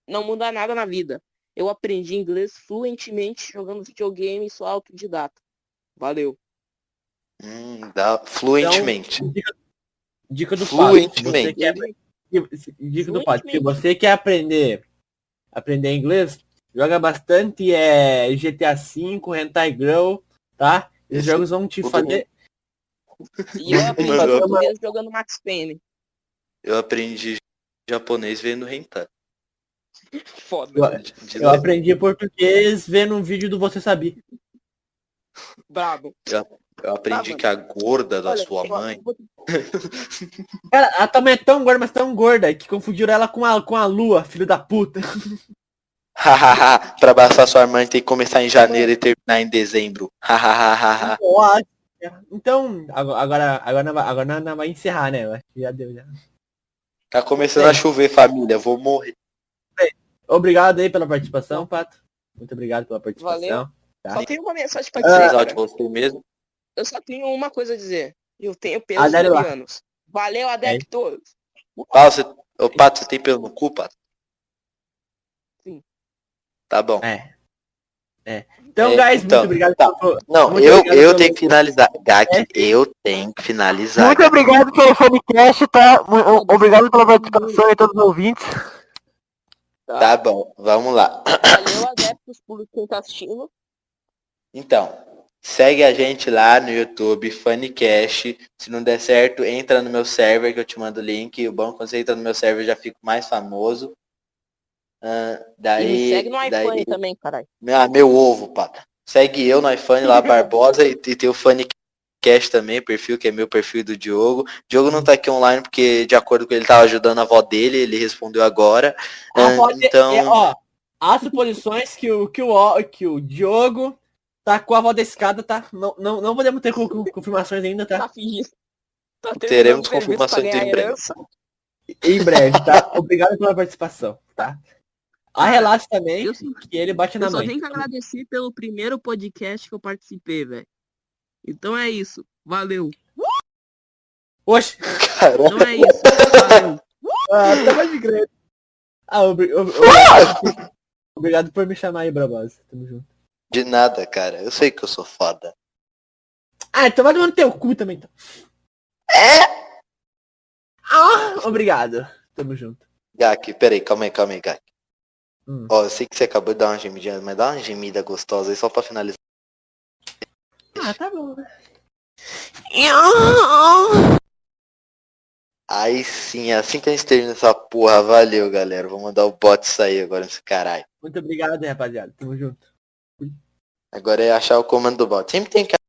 B: não muda nada na vida. Eu aprendi inglês fluentemente jogando videogame e sou autodidata. Valeu.
C: Hum, dá
A: Então-
C: fluentemente.
A: Dica do
C: Fluentemente.
A: Pato. Você quer Se- Dica do Pato, se você quer aprender aprender inglês, joga bastante é, GTA V, Hentai Girl, tá? Esses
C: Esse-
A: jogos vão te
C: todo
A: fazer.
B: E eu aprendi
C: Mas eu-
B: inglês jogando Max Payne.
C: Eu aprendi japonês vendo hentai.
B: Foda.
A: Eu,
C: De- de
A: eu
C: leve.
A: aprendi português vendo um vídeo do Você Sabia.
B: Brabo.
C: Eu aprendi
B: Ah,
C: que a gorda da
B: Olha,
C: sua
B: eu-
C: mãe.
A: Cara, ela também é tão gorda, mas tão gorda, que confundiram ela com a, com a lua, filho da puta.
C: Hahaha, pra abraçar sua mãe tem que começar em janeiro e terminar em dezembro. Hahaha.
A: Nossa, cara. Então, Ah. ago- agora, agora, nós vai- agora nós- nós vai encerrar, né? Eu acho que Já deu, já.
C: tá começando a chover, família. Vou morrer.
A: Obrigado aí pela participação, Pato. Muito obrigado pela participação.
B: Valeu.
A: Tá.
B: Só tenho uma mensagem pra dizer,
C: Vocês
B: cara.
C: áudio você mesmo?
B: Eu só tenho uma coisa a dizer. Eu tenho
A: Ah,
B: peso de
A: dale lá.
B: anos. Valeu, adeptos.
C: Pau, você... Ô, Pato, você tem pelo no cu, Pato?
B: Sim.
C: Tá bom.
A: É. É. Então,
C: É,
A: guys,
C: então,
A: muito obrigado
C: tá.
A: pelo-
C: Não,
A: Muito
C: eu,
A: obrigado
C: eu
A: pelo-
C: tenho que finalizar. Gak, eu tenho que finalizar.
A: Muito obrigado pelo podcast, tá? Mu- o- Obrigado pela participação e todos os ouvintes.
B: Tá.
C: Tá bom, vamos lá.
B: Valeu, adeptos, por quem tá assistindo.
C: Então, segue a gente lá no YouTube, Funnycast. Se não der certo, entra no meu server que eu te mando o link. O bom é que quando você entra no meu server eu já fico mais famoso. Ah,
B: E
C: daí,
B: me segue no
C: daí-
B: iPhone também, caralho.
C: Ah, meu ovo, pata. Segue eu no iPhone lá, Barbosa, e, e tem o Funnycast também, perfil, que é meu perfil e do Diogo. Diogo não tá aqui online porque, de acordo com ele, tava ajudando a avó dele, ele respondeu agora.
A: A
C: Ah,
A: avó de-
C: então,
A: É, ó, há suposições que o, que o, Ó- que o Diogo tá com a avó da escada, tá? Não, não, não podemos ter co- co- confirmações ainda, tá?
B: Tá fingindo. Tá tendo
C: teremos
B: um serviço
C: confirmação
B: pra ganhar
C: em breve.
B: herança.
A: Em breve, tá? Obrigado pela participação, tá? Há relatos também
B: Eu
A: que ele bate na
B: Eu só
A: mãe.
B: tenho que agradecer pelo primeiro podcast que eu participei, velho. Então é isso. Valeu.
A: Oxe,
C: Caralho,
B: Então é isso. Valeu.
A: ah, tá mais de grande. Ah, obri- ob- ob- obrigado por me chamar aí, Brabosa. Tamo junto.
C: de nada, cara. Eu sei que eu sou foda.
A: Ah, então vai tomar no teu cu também, então.
C: É?
A: Ah, obrigado. Tamo junto.
C: Gak, peraí, calma aí, calma aí, Gak.
A: Hum.
C: Ó, eu sei que você acabou de dar uma gemidinha, mas dá uma gemida gostosa aí só pra finalizar.
A: Ah, tá bom. né?
C: Aí sim, é assim que a gente termina essa porra, valeu, galera. Vou mandar o bot sair agora nesse caralho.
A: Muito obrigado, hein, rapaziada. Tamo junto.
C: Agora é achar o comando do bot. Sempre tem